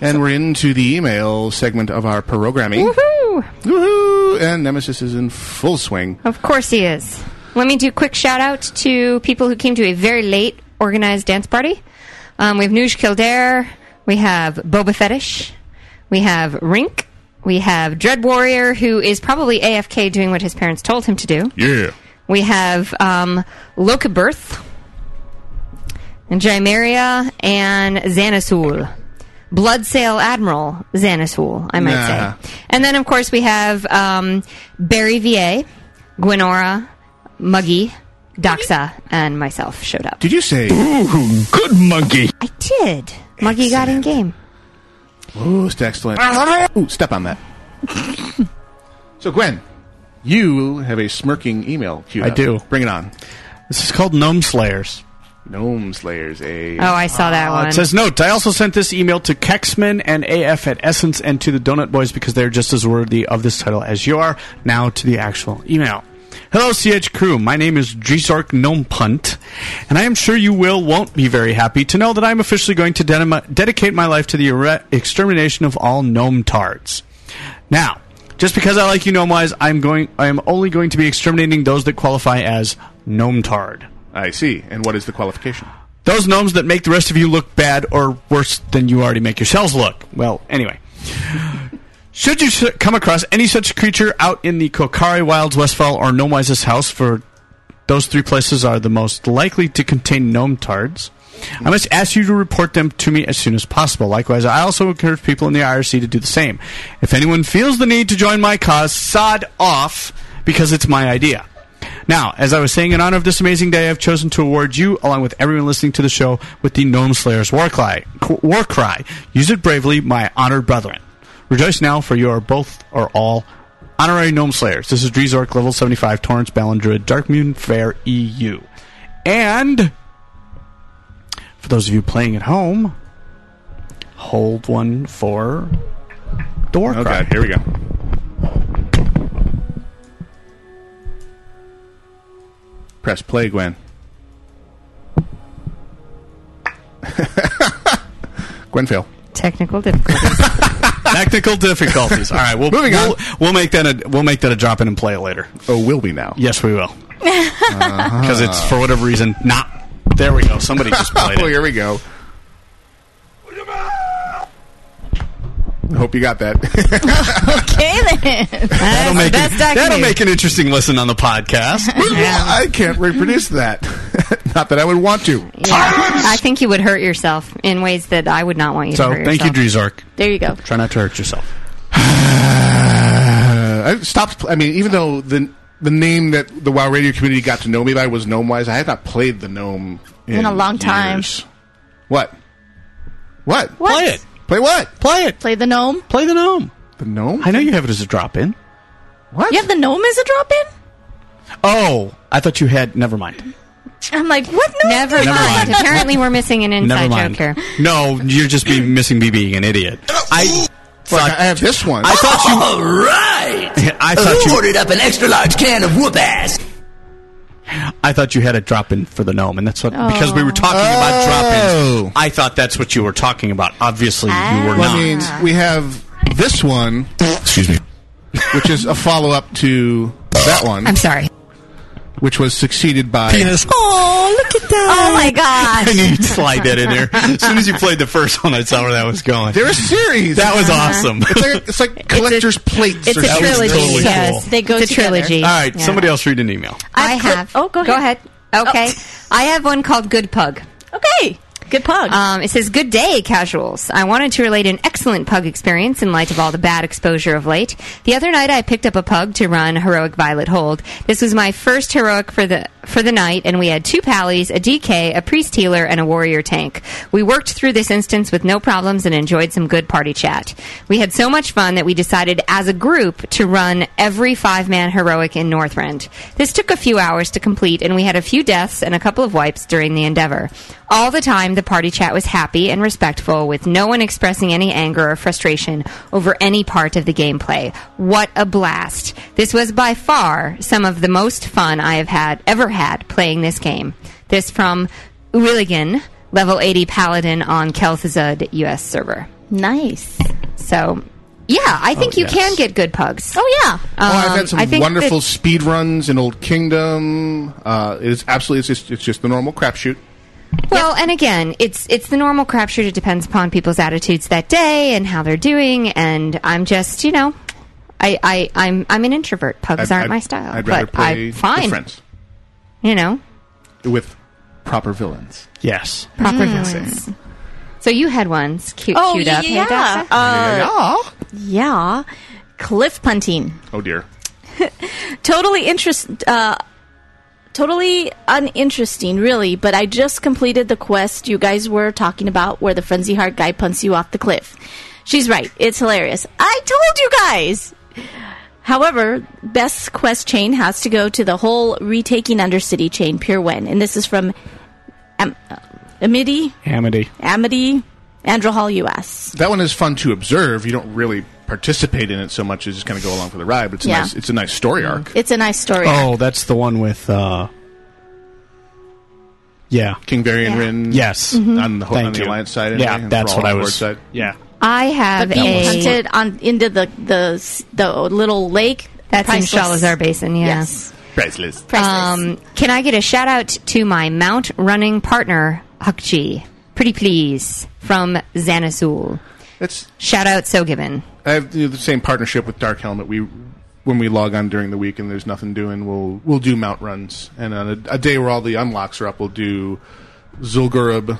S1: And we're into the email segment of our programming.
S8: Woohoo!
S1: Woohoo! And Nemesis is in full swing.
S8: Of course he is. Let me do a quick shout out to people who came to a very late organized dance party. Um, we have Nuj Kildare, we have Boba Fetish, we have Rink, we have Dread Warrior, who is probably AFK doing what his parents told him to do.
S1: Yeah.
S8: We have um, Loca Birth, and Jaimeria, and Xanasul. Bloodsail Admiral Xanasul, I might
S12: Nah.
S8: say. And then, of course, we have um, Barry VA, Gwenora, Muggy, Doxa, and myself showed up.
S1: Did you say?
S5: Ooh, good monkey.
S8: I did. Muggy got in game.
S1: Ooh, it's excellent. Ooh, step on that. so, Gwen, you have a smirking email queued
S3: I
S1: up.
S3: do.
S1: Bring it on.
S3: This is called Gnome Slayers.
S1: Gnome Slayers, a.
S8: Oh, I saw that
S3: Uh,
S8: one.
S3: it says note. I also sent this email to Kexman and AF at Essence and to the Donut Boys because they're just as worthy of this title as you are. Now to the actual email. Hello, CH crew. My name is Dresark Gnomepunt, and I am sure you will won't be very happy to know that I am officially going to dedima- dedicate my life to the ere- extermination of all gnome tards. Now, just because I like you gnome wise, I'm going. I am only going to be exterminating those that qualify as gnome tard.
S1: I see. And what is the qualification?
S3: Those gnomes that make the rest of you look bad or worse than you already make yourselves look. Well, anyway. Should you s- come across any such creature out in the Kokari Wilds, Westfall, or Gnomewise's house, for those three places are the most likely to contain gnome tards, I must ask you to report them to me as soon as possible. Likewise, I also encourage people in the IRC to do the same. If anyone feels the need to join my cause, sod off, because it's my idea. Now, as I was saying, in honor of this amazing day, I've chosen to award you, along with everyone listening to the show, with the Gnome Slayer's war cry. c- War cry. Use it bravely, my honored brethren. Rejoice now, for you are both or all honorary Gnome Slayers. This is Drizork, level 75, Torrance, Balin, Druid, Darkmoon, Fair, EU. And, for those of you playing at home, hold one for the war
S1: Okay,
S3: cry.
S1: here we go. Press play, Gwen. Gwen fail.
S8: Technical difficulties.
S3: Technical difficulties. All right, we'll,
S1: Moving on.
S3: we'll, we'll make that a we'll make that a drop in and play it later. Uh-huh.
S1: Oh, will we now?
S3: Yes, we will. Because it's for whatever reason not. There we go. Somebody just played it.
S1: oh, here we go. I hope you got that.
S8: okay then.
S3: That'll make, it, that'll make an interesting listen on the podcast.
S1: I can't reproduce that. Not that I would want to.
S8: Yeah. I think you would hurt yourself in ways that I would not want you
S3: So,
S8: to hurt
S3: thank you,
S8: yourself.
S3: Drizark.
S8: There you go.
S3: Try not to hurt yourself.
S1: Uh, I stopped. I mean, even though the the name that the WoW Radio community got to know me by was Gnome Wise, I had not played the Gnome in,
S10: In a long time.
S1: years. What? What?
S10: What? Play it.
S1: Play what?
S3: Play it.
S10: Play the gnome.
S3: Play the gnome.
S1: The gnome.
S3: I know you have it as a drop in.
S10: You have the gnome as a drop in?
S3: Oh, I thought you had. Never mind.
S10: I'm like, what gnome?
S8: Never,
S3: Never
S8: mind.
S3: mind.
S8: Apparently, we're missing an
S3: never
S8: inside
S3: mind.
S8: joke here.
S3: No, you're just be missing me being an idiot. I Oh. thought
S1: I have this one.
S3: I thought you.
S4: All right.
S3: I thought you
S4: ordered up an extra large can of whoop ass.
S3: I thought you had a drop in for the gnome, and that's what because we were talking about drop ins. I thought that's what you were talking about. Obviously, you were
S1: Well,
S3: not.
S1: I mean, we have this one. Excuse me. Which is a follow up to that one.
S2: I'm sorry.
S1: Which was succeeded by
S8: Oh, look at that! Oh my gosh!
S3: I knew you'd slide that in there. As soon as you played the first one, I saw where that was going.
S1: They're a series.
S3: That was awesome.
S1: It's like, it's like collector's plates.
S8: It's
S1: or
S8: a
S1: something.
S8: trilogy.
S3: totally
S8: yes,
S3: cool.
S8: they go it's a
S10: together.
S8: trilogy.
S3: All right,
S8: Yeah.
S3: somebody else read an email.
S8: I have. Oh, go ahead. Go ahead. Oh. Okay. I have one called Good Pug.
S10: Okay. Good pug.
S8: Um, it says, Good day, casuals. I wanted to relate an excellent pug experience in light of all the bad exposure of late. The other night, I picked up a pug to run Heroic Violet Hold. This was my first heroic for the for the night, and we had two pallies, a DK, a priest healer, and a warrior tank. We worked through this instance with no problems and enjoyed some good party chat. We had so much fun that we decided as a group to run every five man heroic in Northrend. This took a few hours to complete, and we had a few deaths and a couple of wipes during the endeavor. All the time, the party chat was happy and respectful, with no one expressing any anger or frustration over any part of the gameplay. What a blast! This was by far some of the most fun I have had ever had playing this game. This from Willigan, level 80 paladin on Kel'Thuzad US server.
S10: Nice.
S8: So, yeah, I think you
S1: Oh, yes.
S8: can get good pugs.
S10: Oh, yeah.
S1: Oh, I've
S8: Um,
S1: had some
S8: I think
S1: wonderful
S8: that-
S1: speed runs in Old Kingdom. Uh, it is absolutely it's just, it's just the normal crapshoot.
S8: Well, and again, it's it's the normal crapshoot. It depends upon people's attitudes that day and how they're doing. And I'm just, you know, I, I I'm I'm an introvert. Pugs
S1: I'd-
S8: aren't
S1: I'd-
S8: my style,
S1: I'd rather
S8: but
S1: play
S8: I'm fine.
S1: with friends
S8: You know,
S1: with proper villains.
S3: Yes.
S8: proper villains. So you had ones cute,
S10: Mm. Oh,
S8: queued up. hey,
S10: yeah.
S8: Daxa?
S10: Uh, yeah. Cliff punting.
S1: Oh dear.
S10: totally interest uh totally uninteresting really but i just completed the quest you guys were talking about where the frenzy heart guy punts you off the cliff she's right it's hilarious i told you guys However, best quest chain has to go to the whole retaking Undercity chain, Pure Wen, and this is from Am- uh, Amity,
S3: Amity.
S10: Amity, Andrahall, U.S.
S1: That one is fun to observe. You don't really participate in it so much as just kind of go along for the ride. But it's
S10: Yeah.
S1: a nice, it's a nice story arc.
S10: It's a nice story.
S3: Oh, that's the one with. uh Yeah.
S1: King Varian Rin.
S3: Yes.
S8: Mm-hmm.
S1: On the,
S3: Thank
S1: on the
S3: you.
S1: alliance side.
S3: Yeah,
S1: anyway, and
S3: that's
S1: for all
S3: what I
S1: the
S3: was-
S1: board side.
S3: Yeah.
S8: I have
S10: But being
S8: a.
S10: punted on into the the s- the little lake.
S8: That's
S10: priceless.
S8: in Shalazar Basin. Yeah.
S10: Yes.
S1: Priceless.
S8: Um, can I get a shout out to my mount running partner, Hukji? Pretty please from Xanasul.
S1: That's
S8: Shout out so given.
S1: I have you know, the same partnership with Dark Helmet. We when we log on during the week and there's nothing doing, we'll we'll do mount runs. And on a, a day where all the unlocks are up, we'll do Zul'Gurub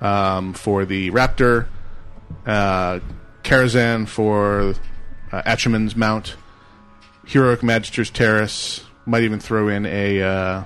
S1: um, for the Raptor, uh, Karazhan for uh, Achemon's mount, Heroic Magister's Terrace. Might even throw in a uh,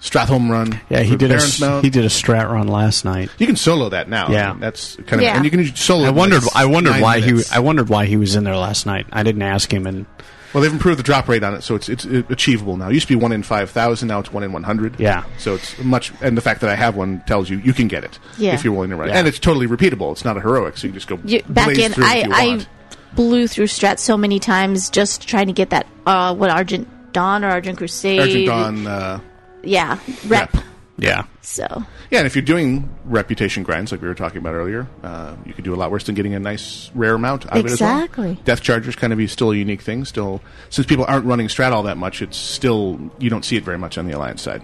S1: Stratholme run.
S3: Yeah, he
S1: for
S3: did a
S1: Baron's mount.
S3: he did a strat run last night.
S1: You can solo that now.
S3: Yeah.
S1: I mean, that's kind of
S10: Yeah.
S1: and you can solo. it
S3: I
S1: in,
S3: wondered
S1: like,
S3: I wondered
S1: nine
S3: why
S1: minutes.
S3: he I wondered why he was in there last night. I didn't ask him and
S1: Well, they've improved the drop rate on it, so it's it's uh, achievable now. It used to be one in five thousand, now it's one in one hundred.
S3: Yeah.
S1: So it's much, and the fact that I have one tells you you can get it
S10: Yeah.
S1: if you're willing to run, it. and it's totally repeatable. It's not a heroic, so you just go
S10: You, back
S1: blaze
S10: in,
S1: through if
S10: I
S1: you
S10: I
S1: want.
S10: blew through Strat so many times just trying to get that uh what Argent Dawn or Argent Crusade.
S1: Urgent Dawn. Uh,
S10: Yeah, rep.
S1: Rep.
S3: yeah.
S10: So
S1: yeah, and if you're doing reputation grinds like we were talking about earlier, uh, you could do a lot worse than getting a nice rare mount out of it as well.
S10: Exactly.
S1: Death Charger's kind of be still a unique thing. Still, since people aren't running Strat all that much, it's still you don't see it very much on the Alliance side.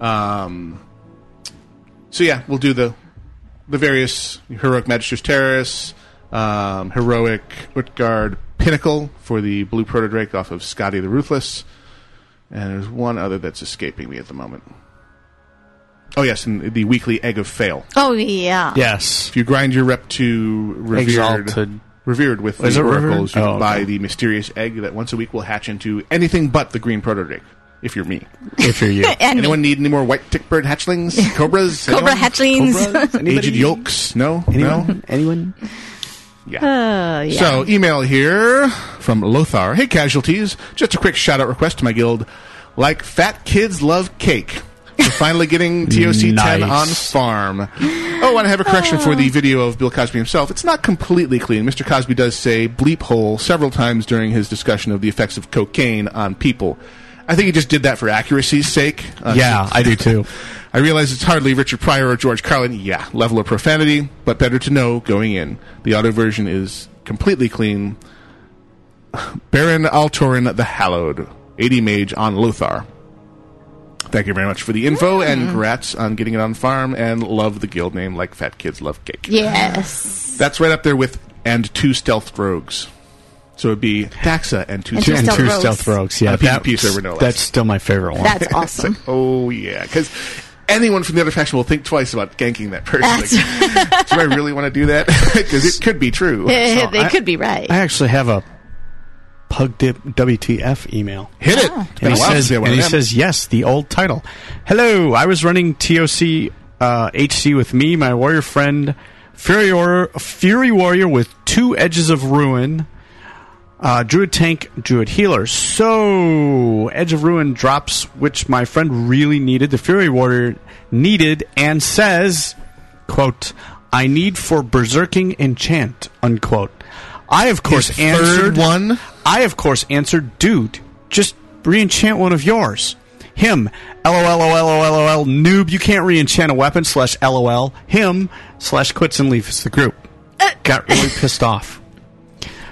S1: Um. So yeah, we'll do the the various heroic Magister's Terrace, um, heroic Utgard Pinnacle for the blue protodrake off of Scotty the Ruthless, and there's one other that's escaping me at the moment. Oh yes, and the weekly Egg of Fail.
S10: Oh yeah.
S1: Yes. If you grind your rep to revered,
S3: Exalted.
S1: revered with
S3: Is
S1: the
S3: it revered?
S1: oracles, you
S3: Oh, okay.
S1: buy the mysterious egg that once a week will hatch into anything but the green protodrake. If you're me,
S3: if you're you,
S10: And me.
S1: anyone need any more white tickbird hatchlings, cobras,
S10: Cobra
S1: Anyone?
S10: hatchlings.
S1: Cobras? aged yolks? No, no,
S3: anyone?
S10: Uh, yeah.
S1: So, email here from Lothar. Hey, casualties. Just a quick shout out request to my guild. Like fat kids love cake. We're finally getting TOC 10 on
S3: Nice.
S1: farm. Oh, and I have a correction for the video of Bill Cosby himself. It's not completely clean. Mr. Cosby does say bleep hole several times during his discussion of the effects of cocaine on people. I think he just did that for accuracy's sake. Uh,
S3: Yeah, I do too.
S1: I realize it's hardly Richard Pryor or George Carlin. Yeah, level of profanity, but better to know going in. The auto version is completely clean. Baron Altorin the Hallowed, 80 Mage on Lothar. Thank you very much for the info
S10: Mm.
S1: and congrats on getting it on farm and love the guild name like fat kids love cake.
S10: Yes.
S1: That's right up there with and two stealth rogues. So it'd be Daxa and two,
S10: And two
S1: stealth
S10: stealth
S1: rogues.
S10: rogues.
S3: Stealth Rogues, yeah.
S1: On a PvP
S3: that's-
S1: server, no less.
S3: That's still my favorite one.
S10: That's
S1: It's like, oh yeah, because anyone from the other faction will think twice about ganking that person.
S10: That's
S1: Like, Do I really want to do that? Because it could be true.
S10: Eh, they
S3: I-
S10: could be right.
S3: I actually have a pug dip WTF email.
S1: Hit it.
S3: And he,
S1: Oh, Wow.
S3: says,
S1: Yeah, one
S3: and he
S1: of them.
S3: says, yes, the old title. Hello, I was running TOC uh, HC with me, my warrior friend, Fury Warrior, Fury Warrior with two edges of ruin, uh, Druid Tank, Druid Healer. So, Edge of Ruin drops, which my friend really needed, the Fury Warrior needed, and says, quote, I need for Berserking Enchant, unquote. I, of course,
S1: His
S3: answered
S1: third one?
S3: I, of course, answered, dude, just re enchant one of yours. Him, lol, lol, lol, noob, you can't re enchant a weapon, slash lol. Him, slash quits and leaves the group. Got really pissed off.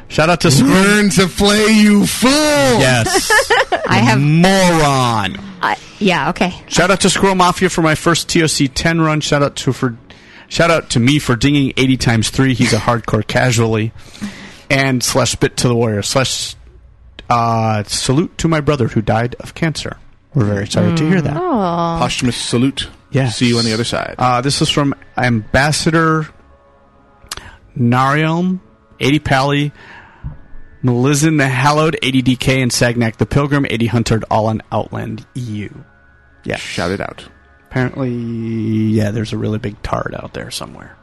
S3: Shout out to Squirm.
S1: Learn to play, you fool.
S3: Yes.
S8: I have.
S3: Moron.
S8: I yeah. Okay.
S3: Shout out to Squirrel Mafia for my first TOC 10 run. Shout out to for shout out to me for dinging 80 times 3. He's a hardcore casually. And slash bit to the warrior. Slash uh, salute to my brother who died of cancer. We're very sorry to hear that.
S8: Oh.
S1: Posthumous salute.
S3: Yes.
S1: See you on the other side.
S3: Uh, this is from Ambassador Narium, 80 Pally, Melizin the Hallowed, 80 DK, and Sagnac the Pilgrim, 80 Huntered, all on Outland EU. Yeah.
S1: Shout it out.
S3: Apparently, yeah, there's a really big tard out there somewhere.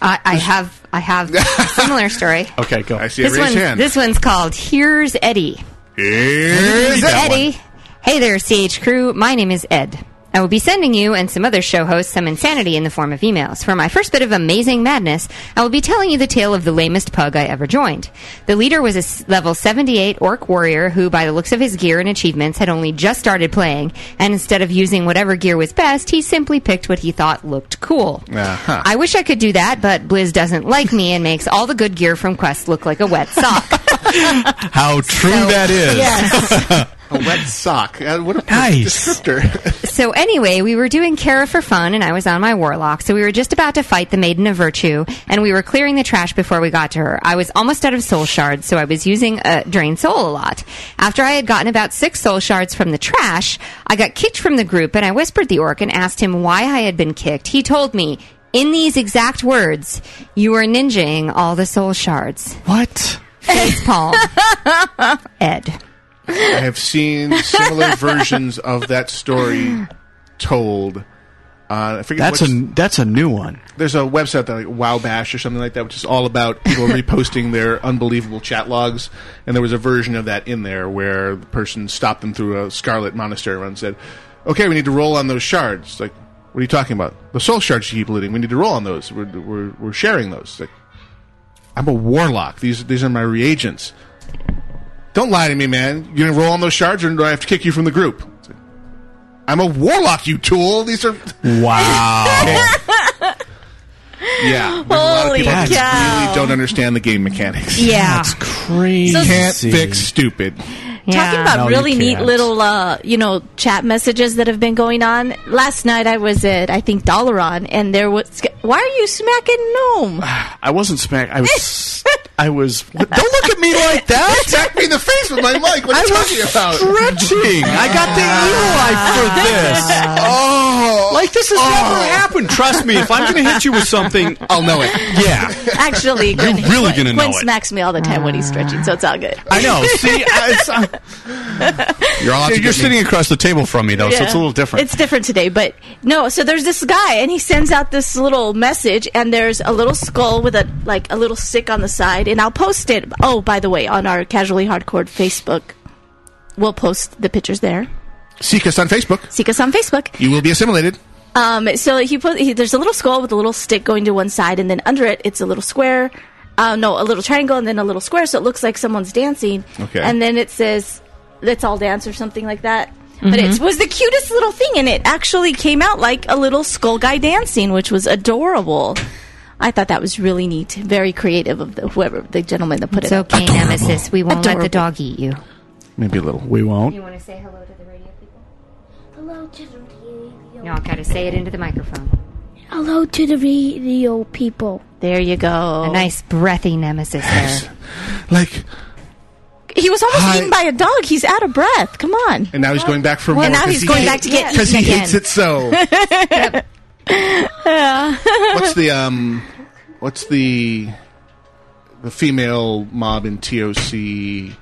S8: I, I have. I have a similar story.
S3: Okay, go.
S1: I see
S8: This
S1: a raised
S8: one's,
S1: hand.
S8: this one's called Here's Eddie.
S1: Here's
S8: Here's
S1: that
S8: Eddie.
S1: one.
S8: Hey there, CH crew. My name is Ed. I will be sending you and some other show hosts some insanity in the form of emails. For my first bit of amazing madness, I will be telling you the tale of the lamest pug I ever joined. The leader was a s- level 78 orc warrior who, by the looks of his gear and achievements, had only just started playing, and instead of using whatever gear was best, he simply picked what he thought looked cool.
S1: Uh-huh.
S8: I wish I could do that, but Blizz doesn't like me and makes all the good gear from Quest look like a wet sock.
S3: How true
S8: So-
S3: that is.
S8: Yes.
S1: A wet sock. Uh, what a
S3: Nice.
S1: descriptor.
S8: so anyway, we were doing Kara for fun, and I was on my warlock. So we were just about to fight the Maiden of Virtue, and we were clearing the trash before we got to her. I was almost out of soul shards, so I was using uh, drain soul a lot. After I had gotten about six soul shards from the trash, I got kicked from the group, and I whispered the orc and asked him why I had been kicked. He told me. In these exact words, you are ninjing all the soul shards.
S3: What?
S8: Face palm. Ed.
S1: I have seen similar versions of that story told. Uh, I forget
S3: That's a
S1: what's-
S3: that's a new one.
S1: there's a website that like Wow Bash or something like that, which is all about people reposting their unbelievable chat logs. And there was a version of that in there where the person stopped them through a Scarlet Monastery run and said, "Okay, we need to roll on those shards." Like, what are you talking about? The soul shards you keep looting. We need to roll on those. We're we're, we're sharing those. Like, I'm a warlock. These these are my reagents. Don't lie to me, man. You gonna roll on those shards, or do I have to kick you from the group? It's like, I'm a warlock, you tool. These are
S3: Wow.
S1: yeah, there's a lot of
S10: Holy
S1: people that
S10: cow.
S1: really don't understand the game mechanics.
S8: Yeah.
S3: That's crazy.
S1: Can't fix stupid.
S10: Talking about
S8: No, you
S10: really neat
S8: can't.
S10: little, uh, you know, chat messages that have been going on. Last night I was at, I think, Dollaron, and there was, why are you smacking Gnome?
S3: I wasn't smack. I was. I was. Don't look at me like that.
S1: Attack me in the face with my mic. What are
S3: I was
S1: you talking about?
S3: stretching. I got the evil eye for this. Oh, like this has never happened. Trust me. If I'm going to hit you with something, I'll know it. Yeah.
S10: Actually, Gwen,
S3: really
S10: Gwen-
S3: gonna know
S10: Gwen
S3: it.
S10: smacks me all the time when he's stretching, so it's all good.
S3: I know. See, I, it's, uh, you're
S10: out to
S3: you're
S10: get me.
S3: sitting across the table from me though, so
S10: Yeah.
S3: it's a little different.
S10: It's different today, but no. So there's this guy, and he sends out this little message, and there's a little skull with a like a little stick on the side, and I'll post it. Oh, by the way, on our casually hardcore Facebook, we'll post the pictures there.
S1: Seek us on Facebook.
S10: Seek us on Facebook.
S1: You will be assimilated.
S10: Um, so he put he, there's a little skull with a little stick going to one side, and then under it it's a little square. Uh, no, a little triangle and then a little square, so it looks like someone's dancing.
S20: Okay.
S10: And then it says, "Let's all dance" or something like that. But
S20: Mhm.
S10: it was the cutest little thing, and it actually came out like a little skull guy dancing, which was adorable. I thought that was really neat, very creative of the, whoever the gentleman that put
S8: It's
S10: it.
S8: okay,
S10: up.
S8: Nemesis. We won't let the dog eat you.
S1: Maybe a little.
S3: We won't.
S8: want to say hello to the radio people? Hello to the radio. No, I've got to say it into the microphone.
S20: Hello to the radio people.
S10: There you go.
S8: A nice breathy nemesis there.
S1: Like,
S10: He was almost
S1: Hi.
S10: eaten by a dog. He's out of breath. Come on.
S1: and now he's going back for
S10: Well,
S1: more.
S10: now
S1: 'cause
S10: he's
S1: he
S10: going
S1: hate-
S10: back to get
S1: 'cause
S10: eaten
S1: he hates
S10: again.
S1: it so.
S10: Yeah.
S1: what's the um? What's the the female mob in TOC?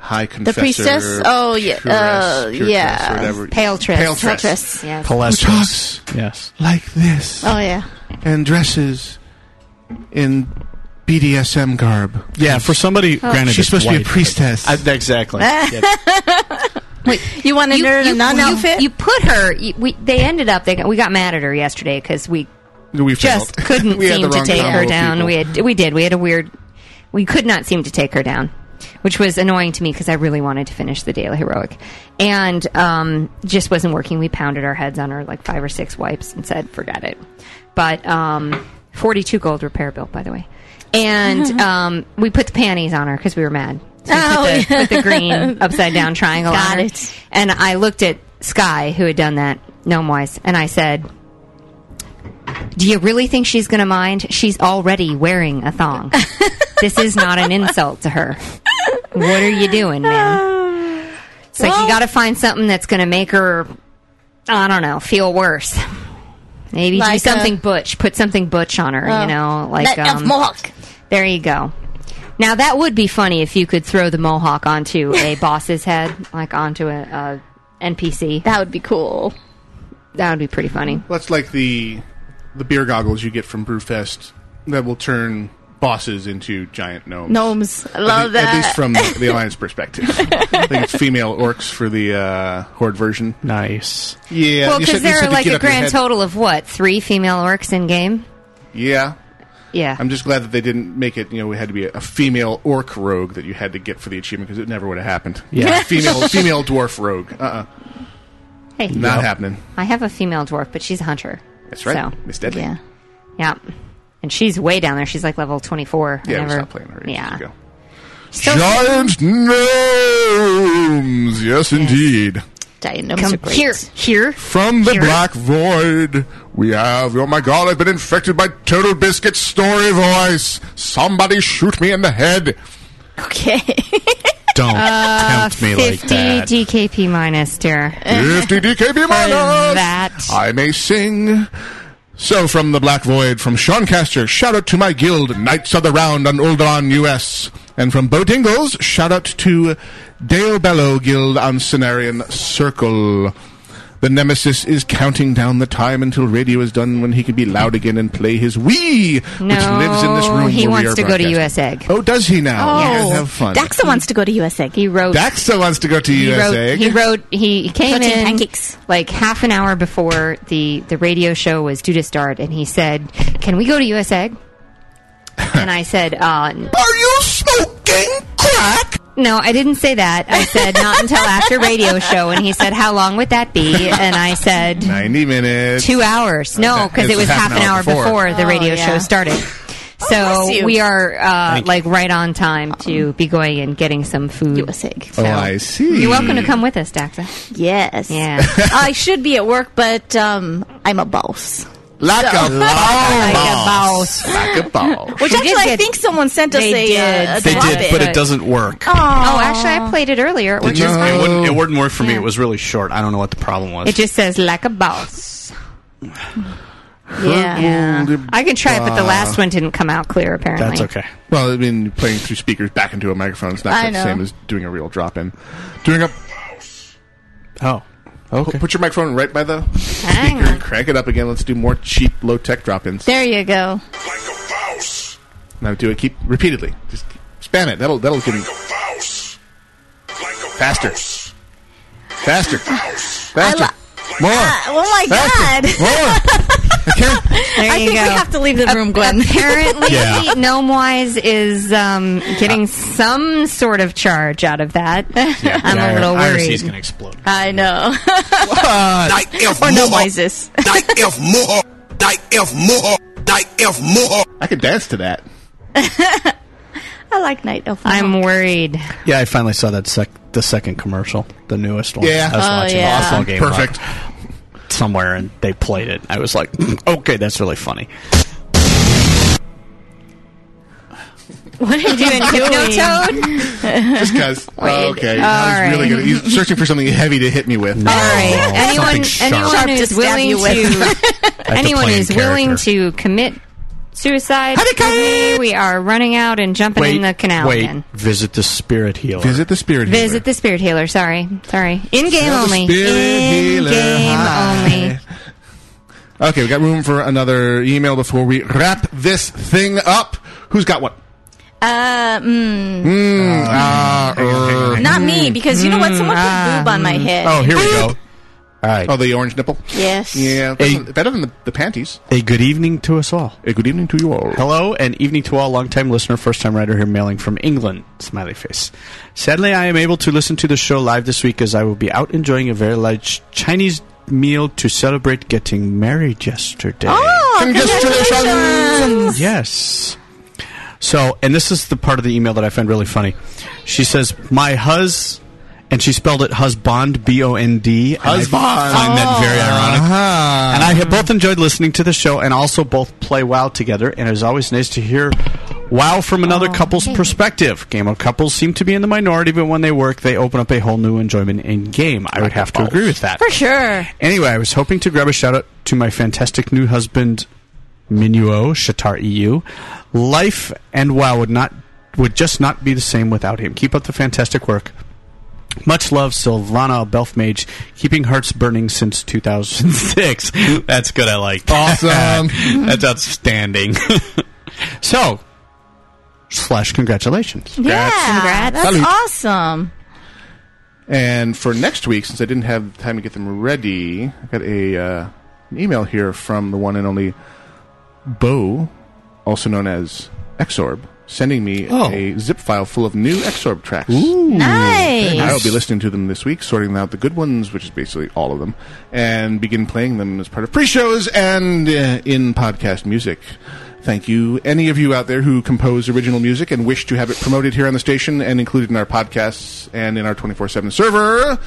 S1: High confessor,
S10: priestess? Oh, yeah, uh,
S1: Puress, Puress,
S10: yeah.
S1: or whatever.
S10: Palentress.
S1: Palentress.
S10: Palentress, yes.
S1: Who talks
S3: Yes.
S1: like this.
S10: Oh yeah.
S1: and dresses in BDSM garb.
S3: Yeah, for somebody,
S10: Oh.
S3: granted,
S1: She's supposed to be a priestess.
S3: exactly.
S8: Wait,
S10: you want to nerd
S8: you,
S10: a nun
S8: you,
S10: outfit?
S8: You put her. You, we they ended up. They got, we got mad at her yesterday because we
S1: We
S8: just
S1: failed.
S8: couldn't
S1: We had
S8: seem
S1: the
S8: to
S1: wrong
S8: take
S1: combo
S8: her
S1: of
S8: down.
S1: people.
S8: We had we did. We had a weird. We could not seem to take her down, which was annoying to me because I really wanted to finish the daily heroic, and um, just wasn't working. We pounded our heads on her like five or six wipes and said, "Forget it." But um, forty-two gold repair bill, by the way, and um, we put the panties on her because we were mad. So we
S10: Oh,
S8: put, the,
S10: yeah.
S8: put the green upside down triangle
S10: Got
S8: on her.
S10: it.
S8: And I looked at Sky, who had done that, gnome wise, and I said, do you really think she's going to mind? She's already wearing a thong. this is not an insult to her. What are you doing, man? It's like you got to find something that's going to make her, I don't know, feel worse. Maybe do
S20: Like, uh,
S8: something butch. Put something butch on her,
S20: Oh.
S8: you know, like
S20: Let off
S8: um,
S20: mohawk.
S8: There you go. Now that would be funny if you could throw the mohawk onto a boss's head, like onto a, a NPC.
S10: That would be cool.
S8: That would be pretty funny.
S1: Well, That's like the the beer goggles you get from Brewfest that will turn bosses into giant gnomes.
S10: Gnomes. I
S1: At
S10: love
S1: lea-
S10: that.
S1: At least from the alliance perspective. I think it's female orcs for the uh, horde version.
S3: Nice.
S1: Yeah.
S8: well,
S1: you
S8: because
S1: said- you
S8: there
S1: said
S8: are
S1: to
S8: like
S1: get
S8: a
S1: up your
S8: grand
S1: head.
S8: total of what three female orcs in game.
S1: Yeah.
S8: Yeah.
S1: I'm just glad that they didn't make it. You know, it had to be a, a female orc rogue that you had to get for the achievement because it never would have happened.
S8: Yeah.
S1: female female dwarf rogue. Uh. uh
S8: Hey,
S1: Not happening.
S8: I have a female dwarf, but she's a hunter.
S1: That's right.
S8: So,
S1: Miss Deadly.
S8: Yeah. Yeah. And she's way down there. She's like level 24. I
S1: Yeah, we
S8: never-
S1: stopped playing her ages
S8: Yeah.
S1: ago.
S8: So-
S1: Giant gnomes. Yes, indeed.
S10: Giant
S8: Come here. Here.
S1: From the
S8: Here.
S1: black void, we have. Oh my god, I've been infected by Total Biscuit's story voice. Somebody shoot me in the head.
S10: Okay.
S3: Don't
S8: Uh,
S1: tempt me like
S8: 50
S1: that.
S8: DKP minus, dear.
S1: 50 DKB minus.
S8: that.
S1: I may sing. So, from the Black Void, from Sean Caster, shout out to my guild, Knights of the Round on Uldaran US. And from Bo Dingles, shout out to Dale Bello Guild on Cenarian Circle. The Nemesis is counting down the time until radio is done when he can be loud again and play his Wii, which
S8: No,
S1: lives in this room.
S8: he
S1: where we
S8: wants
S1: are
S8: to go to
S1: broadcasting.
S8: US Egg.
S1: Oh, does he now?
S8: Oh. Mm.
S1: Yeah, Have fun.
S10: Daxa wants to go to US Egg.
S8: He wrote.
S1: Daxa wants to go to
S8: He
S1: US
S8: wrote,
S1: Egg.
S8: he wrote. He came
S10: Protein
S8: in
S10: pancakes.
S8: like half an hour before the the radio show was due to start, and he said, "Can we go to US Egg?" and I said, uh, "Are you smoking crack?" No, I didn't say that. I said not until after radio show, and he said, "How long would that be?" And I said,
S1: 90 minutes.
S8: Two hours. No, because
S1: It's
S8: it was half an hour before, the
S10: Oh,
S8: radio
S10: yeah.
S8: show started.
S10: bless
S8: so
S10: you. Um,
S8: we are uh,
S1: Thank you.
S8: like right on time to be going and getting some food. So-
S1: Oh, I see.
S8: You're welcome to come with us, Daxa.
S10: Yes.
S8: Yeah.
S10: I should be at work, but um, I'm a boss.
S1: Like
S10: So-
S1: a boss.
S10: Like
S1: a boss.
S10: Which
S8: We did
S10: actually, I
S8: get-
S10: think someone sent us
S8: they
S10: a,
S8: did.
S10: uh, a
S3: They
S10: drop
S3: did, but it Oh. doesn't work.
S8: Oh, actually, I played it earlier. It worked
S3: It,
S8: just
S3: it
S8: fine.
S3: wouldn't, it wouldn't work for me. It was really short. I don't know what the problem was.
S8: It just says like a boss. Yeah.
S1: Yeah.
S8: I can try it, but the last one didn't come out clear, apparently.
S1: Well, I mean, playing through speakers back into a microphone is not
S8: I
S1: quite the
S8: know.
S1: same as doing a real drop in. Doing a.
S3: Oh.
S1: Okay. Put your microphone right by the speaker and crank it up again. Let's do more cheap, low tech drop ins.
S10: There you go.
S1: Now do it. Keep repeatedly. Just spam it. That'll that'll give me faster, faster, faster, more.
S8: Ah,
S10: Oh my
S1: faster,
S10: God.
S1: More.
S8: There
S10: I
S8: you
S10: think
S8: go.
S10: we have to leave the room, Gwen.
S8: Apparently,
S1: Yeah.
S8: Gnomewise is um, getting some sort of charge out of that. I'm a little worried.
S3: going to explode.
S10: I know.
S3: Uh,
S4: Like if more.
S10: noises.
S4: Like if more. Like if more. Like if more.
S1: I could dance to that.
S10: I like Night Elf.
S8: I'm worried.
S3: Yeah, I finally saw that sec- the second commercial, the newest one.
S10: Yeah.
S3: I was
S10: Oh,
S3: watching it.
S10: yeah.
S3: I saw Game
S1: Perfect.
S3: Live Somewhere and they played it. I was like, okay, that's really funny.
S8: What are you doing, Hypnotoad?
S1: Just because.
S8: Wait.
S1: uh, okay.
S8: All
S1: I was really
S8: right.
S1: good. He's searching for something heavy to hit me with.
S8: All right. Anyone, anyone
S10: Sharp to
S8: who's
S10: stab
S8: willing
S10: you with.
S8: to,
S1: to
S8: anyone
S1: play in
S8: who's willing to commit suicide, we, we are running out and jumping in the canal
S3: wait.
S8: again.
S3: Visit the spirit healer.
S1: Visit the spirit
S8: Visit the spirit healer. Sorry, sorry. In game
S1: Well, the
S8: only.
S1: spirit
S8: In
S1: healer,
S8: game
S1: hi.
S8: only.
S1: Okay, we got room for another email before we wrap this thing up. Who's got what?
S10: Uh, mm,
S1: Mm, ah, er.
S10: not me, because you know what? Someone put boob on my head.
S1: Oh, here we go.
S3: All right.
S1: Oh, the orange nipple.
S10: Yes.
S1: Yeah,
S3: Hey.
S1: better than the, the panties.
S3: A good evening to us all.
S1: A good evening to you all.
S3: Hello and evening to all. Longtime listener, first time writer here, mailing from England. Smiley face. Sadly, I am able to listen to the show live this week as I will be out enjoying a very large Chinese meal to celebrate getting married yesterday.
S10: Oh, congratulations!
S3: Yes. So, and this is the part of the email that I find really funny. She says, "My hus," and she spelled it husband, b o n d.
S1: Husband.
S3: I find that very ironic. And I have both enjoyed listening to the show and also both play WoW together. And it is always nice to hear WoW from another couple's perspective. Game of couples seem to be in the minority, but when they work, they open up a whole new enjoyment in game. I would have to agree with that.
S10: For sure.
S3: Anyway, I was hoping to grab a shout out to my fantastic new husband, Minuo Shatar EU. Life and WoW would not would just not be the same without him. Keep up the fantastic work. Much love, Sylvana Belfmage, keeping hearts burning since 2006. That's good. I like that.
S1: Awesome.
S3: That's outstanding. so, slash congratulations.
S10: Yeah,
S8: Congrats.
S10: that's
S1: Salute.
S10: awesome.
S1: And for next week, since I didn't have time to get them ready, I got a uh, an email here from the one and only Bo, also known as Exorb, sending me
S3: Oh.
S1: a zip file full of new Exorb tracks.
S10: Nice.
S1: I will be listening to them this week, sorting out the good ones, which is basically all of them, and begin playing them as part of pre shows and uh, in podcast music. Thank you, any of you out there who compose original music and wish to have it promoted here on the station and included in our podcasts and in our 24 7 server.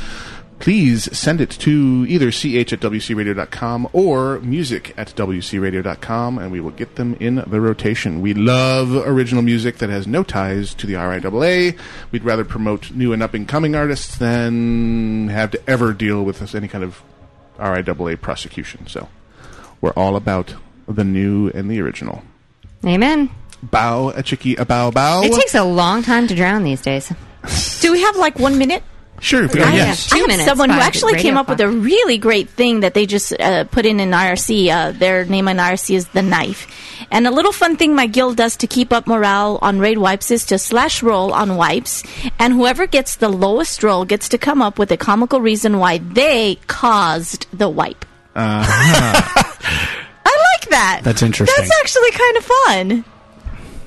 S1: Please send it to either ch at wcradio.com or music at wcradio.com, and we will get them in the rotation. We love original music that has no ties to the RIAA. We'd rather promote new and up and coming artists than have to ever deal with this- any kind of RIAA prosecution. So we're all about the new and the original.
S8: Amen.
S10: Oh,
S1: Bow, a chicky, a bow, bow.
S8: It takes a long time to drown these days.
S10: Do we have like one minute?
S1: sure, if we
S8: I
S1: got-
S8: have
S1: yes.
S8: two
S10: I have
S8: minutes
S10: someone who
S8: by
S10: actually
S8: Radio
S10: came up with a really great thing that they just uh, put in an IRC. Uh, their name on IRC is the knife. And a little fun thing my guild does to keep up morale on raid wipes is to slash roll on wipes, and whoever gets the lowest roll gets to come up with a comical reason why they caused the wipe. I like that.
S3: That's interesting.
S10: That's actually kind of fun.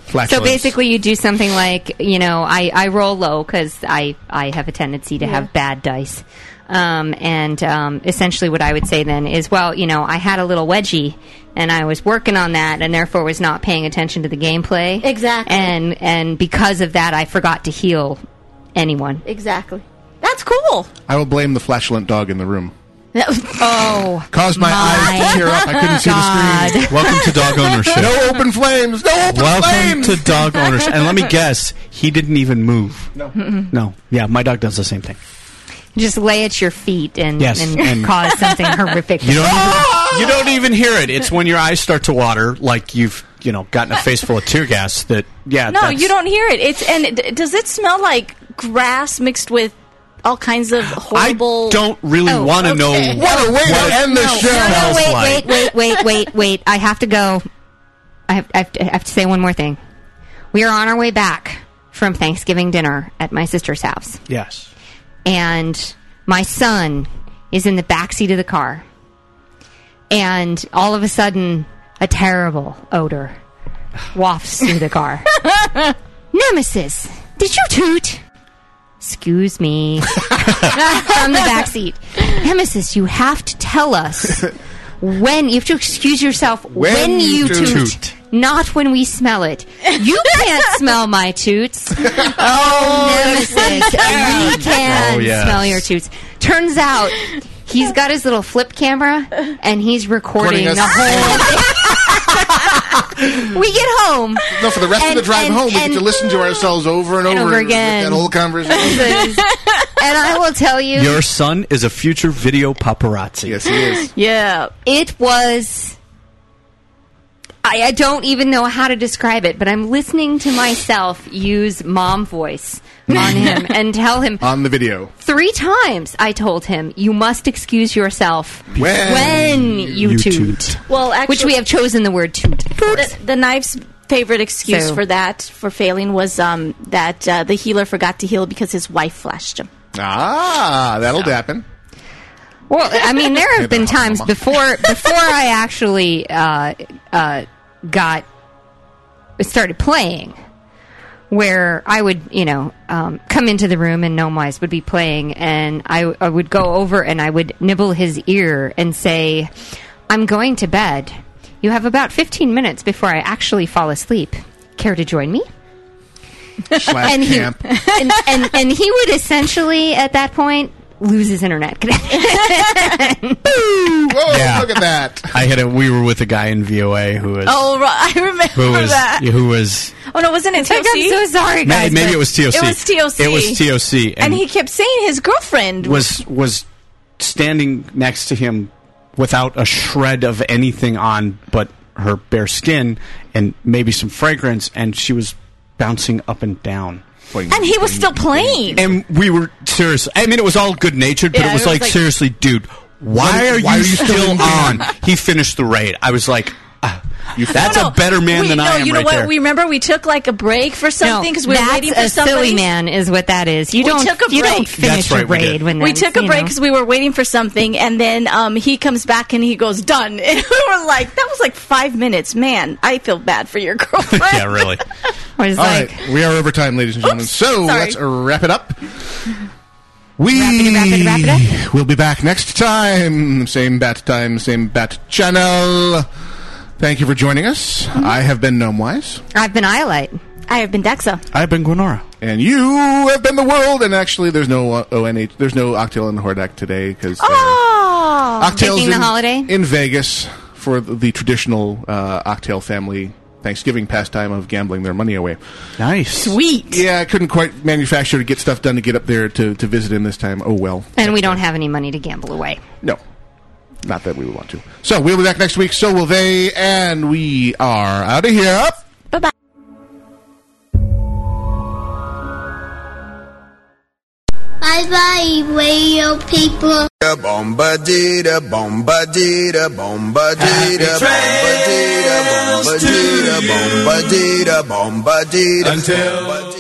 S3: Flash
S8: So
S3: lights.
S8: basically, you do something like you know, I, I roll low because I I have a tendency to have bad dice, Um, and um, essentially, what I would say then is, well, you know, I had a little wedgie, and I was working on that, and therefore was not paying attention to the gameplay. Exactly. And and because of that, I forgot to heal anyone.
S10: Exactly. That's cool.
S1: I will blame the flatulent dog in the room.
S8: oh,
S1: Caused my, eyes to tear up. I couldn't see the screen.
S3: Welcome to dog ownership.
S1: No open flames. No open
S3: Welcome
S1: flames.
S3: to dog ownership. And let me guess, he didn't even move.
S1: No.
S8: Mm-mm.
S3: No. Yeah, my dog does the same thing.
S8: Just lay at your feet and,
S3: Yes,
S8: and,
S3: and-
S8: cause something horrific. Ah!
S3: You don't,
S10: Ah!
S3: even, you don't even hear it. It's when your eyes start to water, like you've you know gotten a face full of tear gas. That yeah,
S10: no,
S3: that's-
S10: you don't hear it. It's and it, does it smell like grass mixed with all kinds of horrible?
S3: don't really
S10: Oh,
S3: want to
S10: okay.
S3: know.
S10: What a way to
S3: what it
S10: end the
S8: No,
S10: show.
S8: no, no,
S3: smells
S8: wait,
S3: like.
S8: wait, wait, wait, wait, wait. I have to go. I have, I, have to, I have to say one more thing. We are on our way back from Thanksgiving dinner at my sister's house,
S3: Yes.
S8: and my son is in the back seat of the car, and all of a sudden, a terrible odor wafts through the car. Nemesis, did you toot? Excuse me. From the back seat. Nemesis, you have to tell us when you have to excuse yourself when,
S12: When
S8: you
S12: you
S8: toot.
S12: toot.
S8: Not when we smell it. You can't smell my toots. Oh, nemesis. and we can
S12: Oh, yes.
S8: smell your toots. Turns out he's got his little flip camera and he's recording,
S12: Recording us.
S8: the whole We get home.
S1: No, for the rest of
S8: And-
S1: the drive
S8: and-
S1: home, we
S8: and-
S1: get to listen to ourselves over and
S8: and
S1: over,
S8: over
S1: with
S8: again.
S1: That whole conversation.
S8: and I will tell you,
S3: Your son is a future video paparazzi. Yes,
S1: he is.
S8: yeah, it was. I, I don't even know how to describe it, but I'm listening to myself use mom voice on him and tell him
S1: on the video.
S8: three times. I told him you must excuse yourself
S1: When
S8: you,
S1: you
S8: toot.
S1: toot.
S10: Well, actually,
S8: which we have chosen the word toot.
S10: The, the knife's favorite excuse
S8: So-
S10: for that for failing was um, that uh, the healer forgot to heal because his wife flashed him.
S1: Ah, that'll happen.
S8: Well, I mean, there have been
S1: Hey,
S8: times
S1: Mama.
S8: before before I actually uh, uh, got started playing, where I would, you know, um, come into the room and Gnomewise would be playing, and I, I would go over and I would nibble his ear and say, "I'm going to bed. You have about 15 minutes before I actually fall asleep. Care to join me?"
S1: Slash
S8: he,
S1: camp.
S8: and, and and he would essentially at that point lose his internet connection.
S1: Whoa, look at that.
S3: I had a. We were with a guy in VOA who was
S10: Oh, right. I remember
S3: who was
S10: that.
S3: who was
S10: Oh no, wasn't it TOC?
S8: I'm so sorry,
S3: Maybe- maybe it was TOC.
S10: It was TOC.
S3: It was TOC, and,
S10: And, he kept saying his girlfriend
S3: was was standing next to him without a shred of anything on, but her bare skin and maybe some fragrance, and she was bouncing up and down.
S10: and he was still playing.
S3: And we were serious. I mean, it was all good natured, but
S10: Yeah,
S3: it was, like, seriously, dude, why are
S1: why
S3: you
S1: are you still
S3: still
S1: in the
S3: on? he finished the raid. I was like, ah, that's
S10: No,
S3: a better man
S10: we,
S3: than
S10: no,
S3: I am
S10: you know
S3: right
S10: what?
S3: there.
S10: We remember we took like a break for something because we were
S8: that's
S10: waiting for
S8: a
S10: somebody.
S8: silly man is what that is. You
S10: We
S8: don't
S10: took a
S8: you don't
S10: break.
S8: finish
S3: That's right,
S8: a
S3: we
S8: raid
S3: did.
S8: when
S10: we
S8: that's,
S10: took a
S8: you
S10: break
S8: know.
S10: because we were waiting for something, and then um, he comes back and he goes, "Done." And we were like, "That was like five minutes, man. I feel bad for your girlfriend."
S3: yeah, really.
S8: I was
S1: All
S8: like,
S1: right, we are over time, ladies and gentlemen. so
S10: sorry.
S1: let's wrap it up. We
S8: Rapidly, rapid, rapid.
S1: will be back next time. Same bat time, same bat channel. Thank you for joining us.
S8: Mm-hmm.
S1: I have been Gnomewise.
S8: I've been Iolite.
S10: I have been Dexa.
S3: I've been Gwenora.
S1: And you have been the world. And actually, there's no uh, ONH. There's no Octail and Hordak today because
S10: Oh,
S1: Octail's
S8: taking the
S1: in-
S8: holiday.
S1: in Vegas for the, the traditional uh, Octail family Thanksgiving pastime of gambling their money away.
S3: Nice.
S10: Sweet.
S1: Yeah, I couldn't quite manufacture to get stuff done to get up there to, to visit him this time. Oh well,
S8: And we don't have any money to gamble away.
S1: no, not that we would want to. So we'll be back next week. So will they, and we are out of here.
S10: Bye bye.
S20: Bye bye, radio people.
S4: Bombadita, bombadita, bombadita, bombadita, bombadita, bombadita, bombadita, bombadita. Until.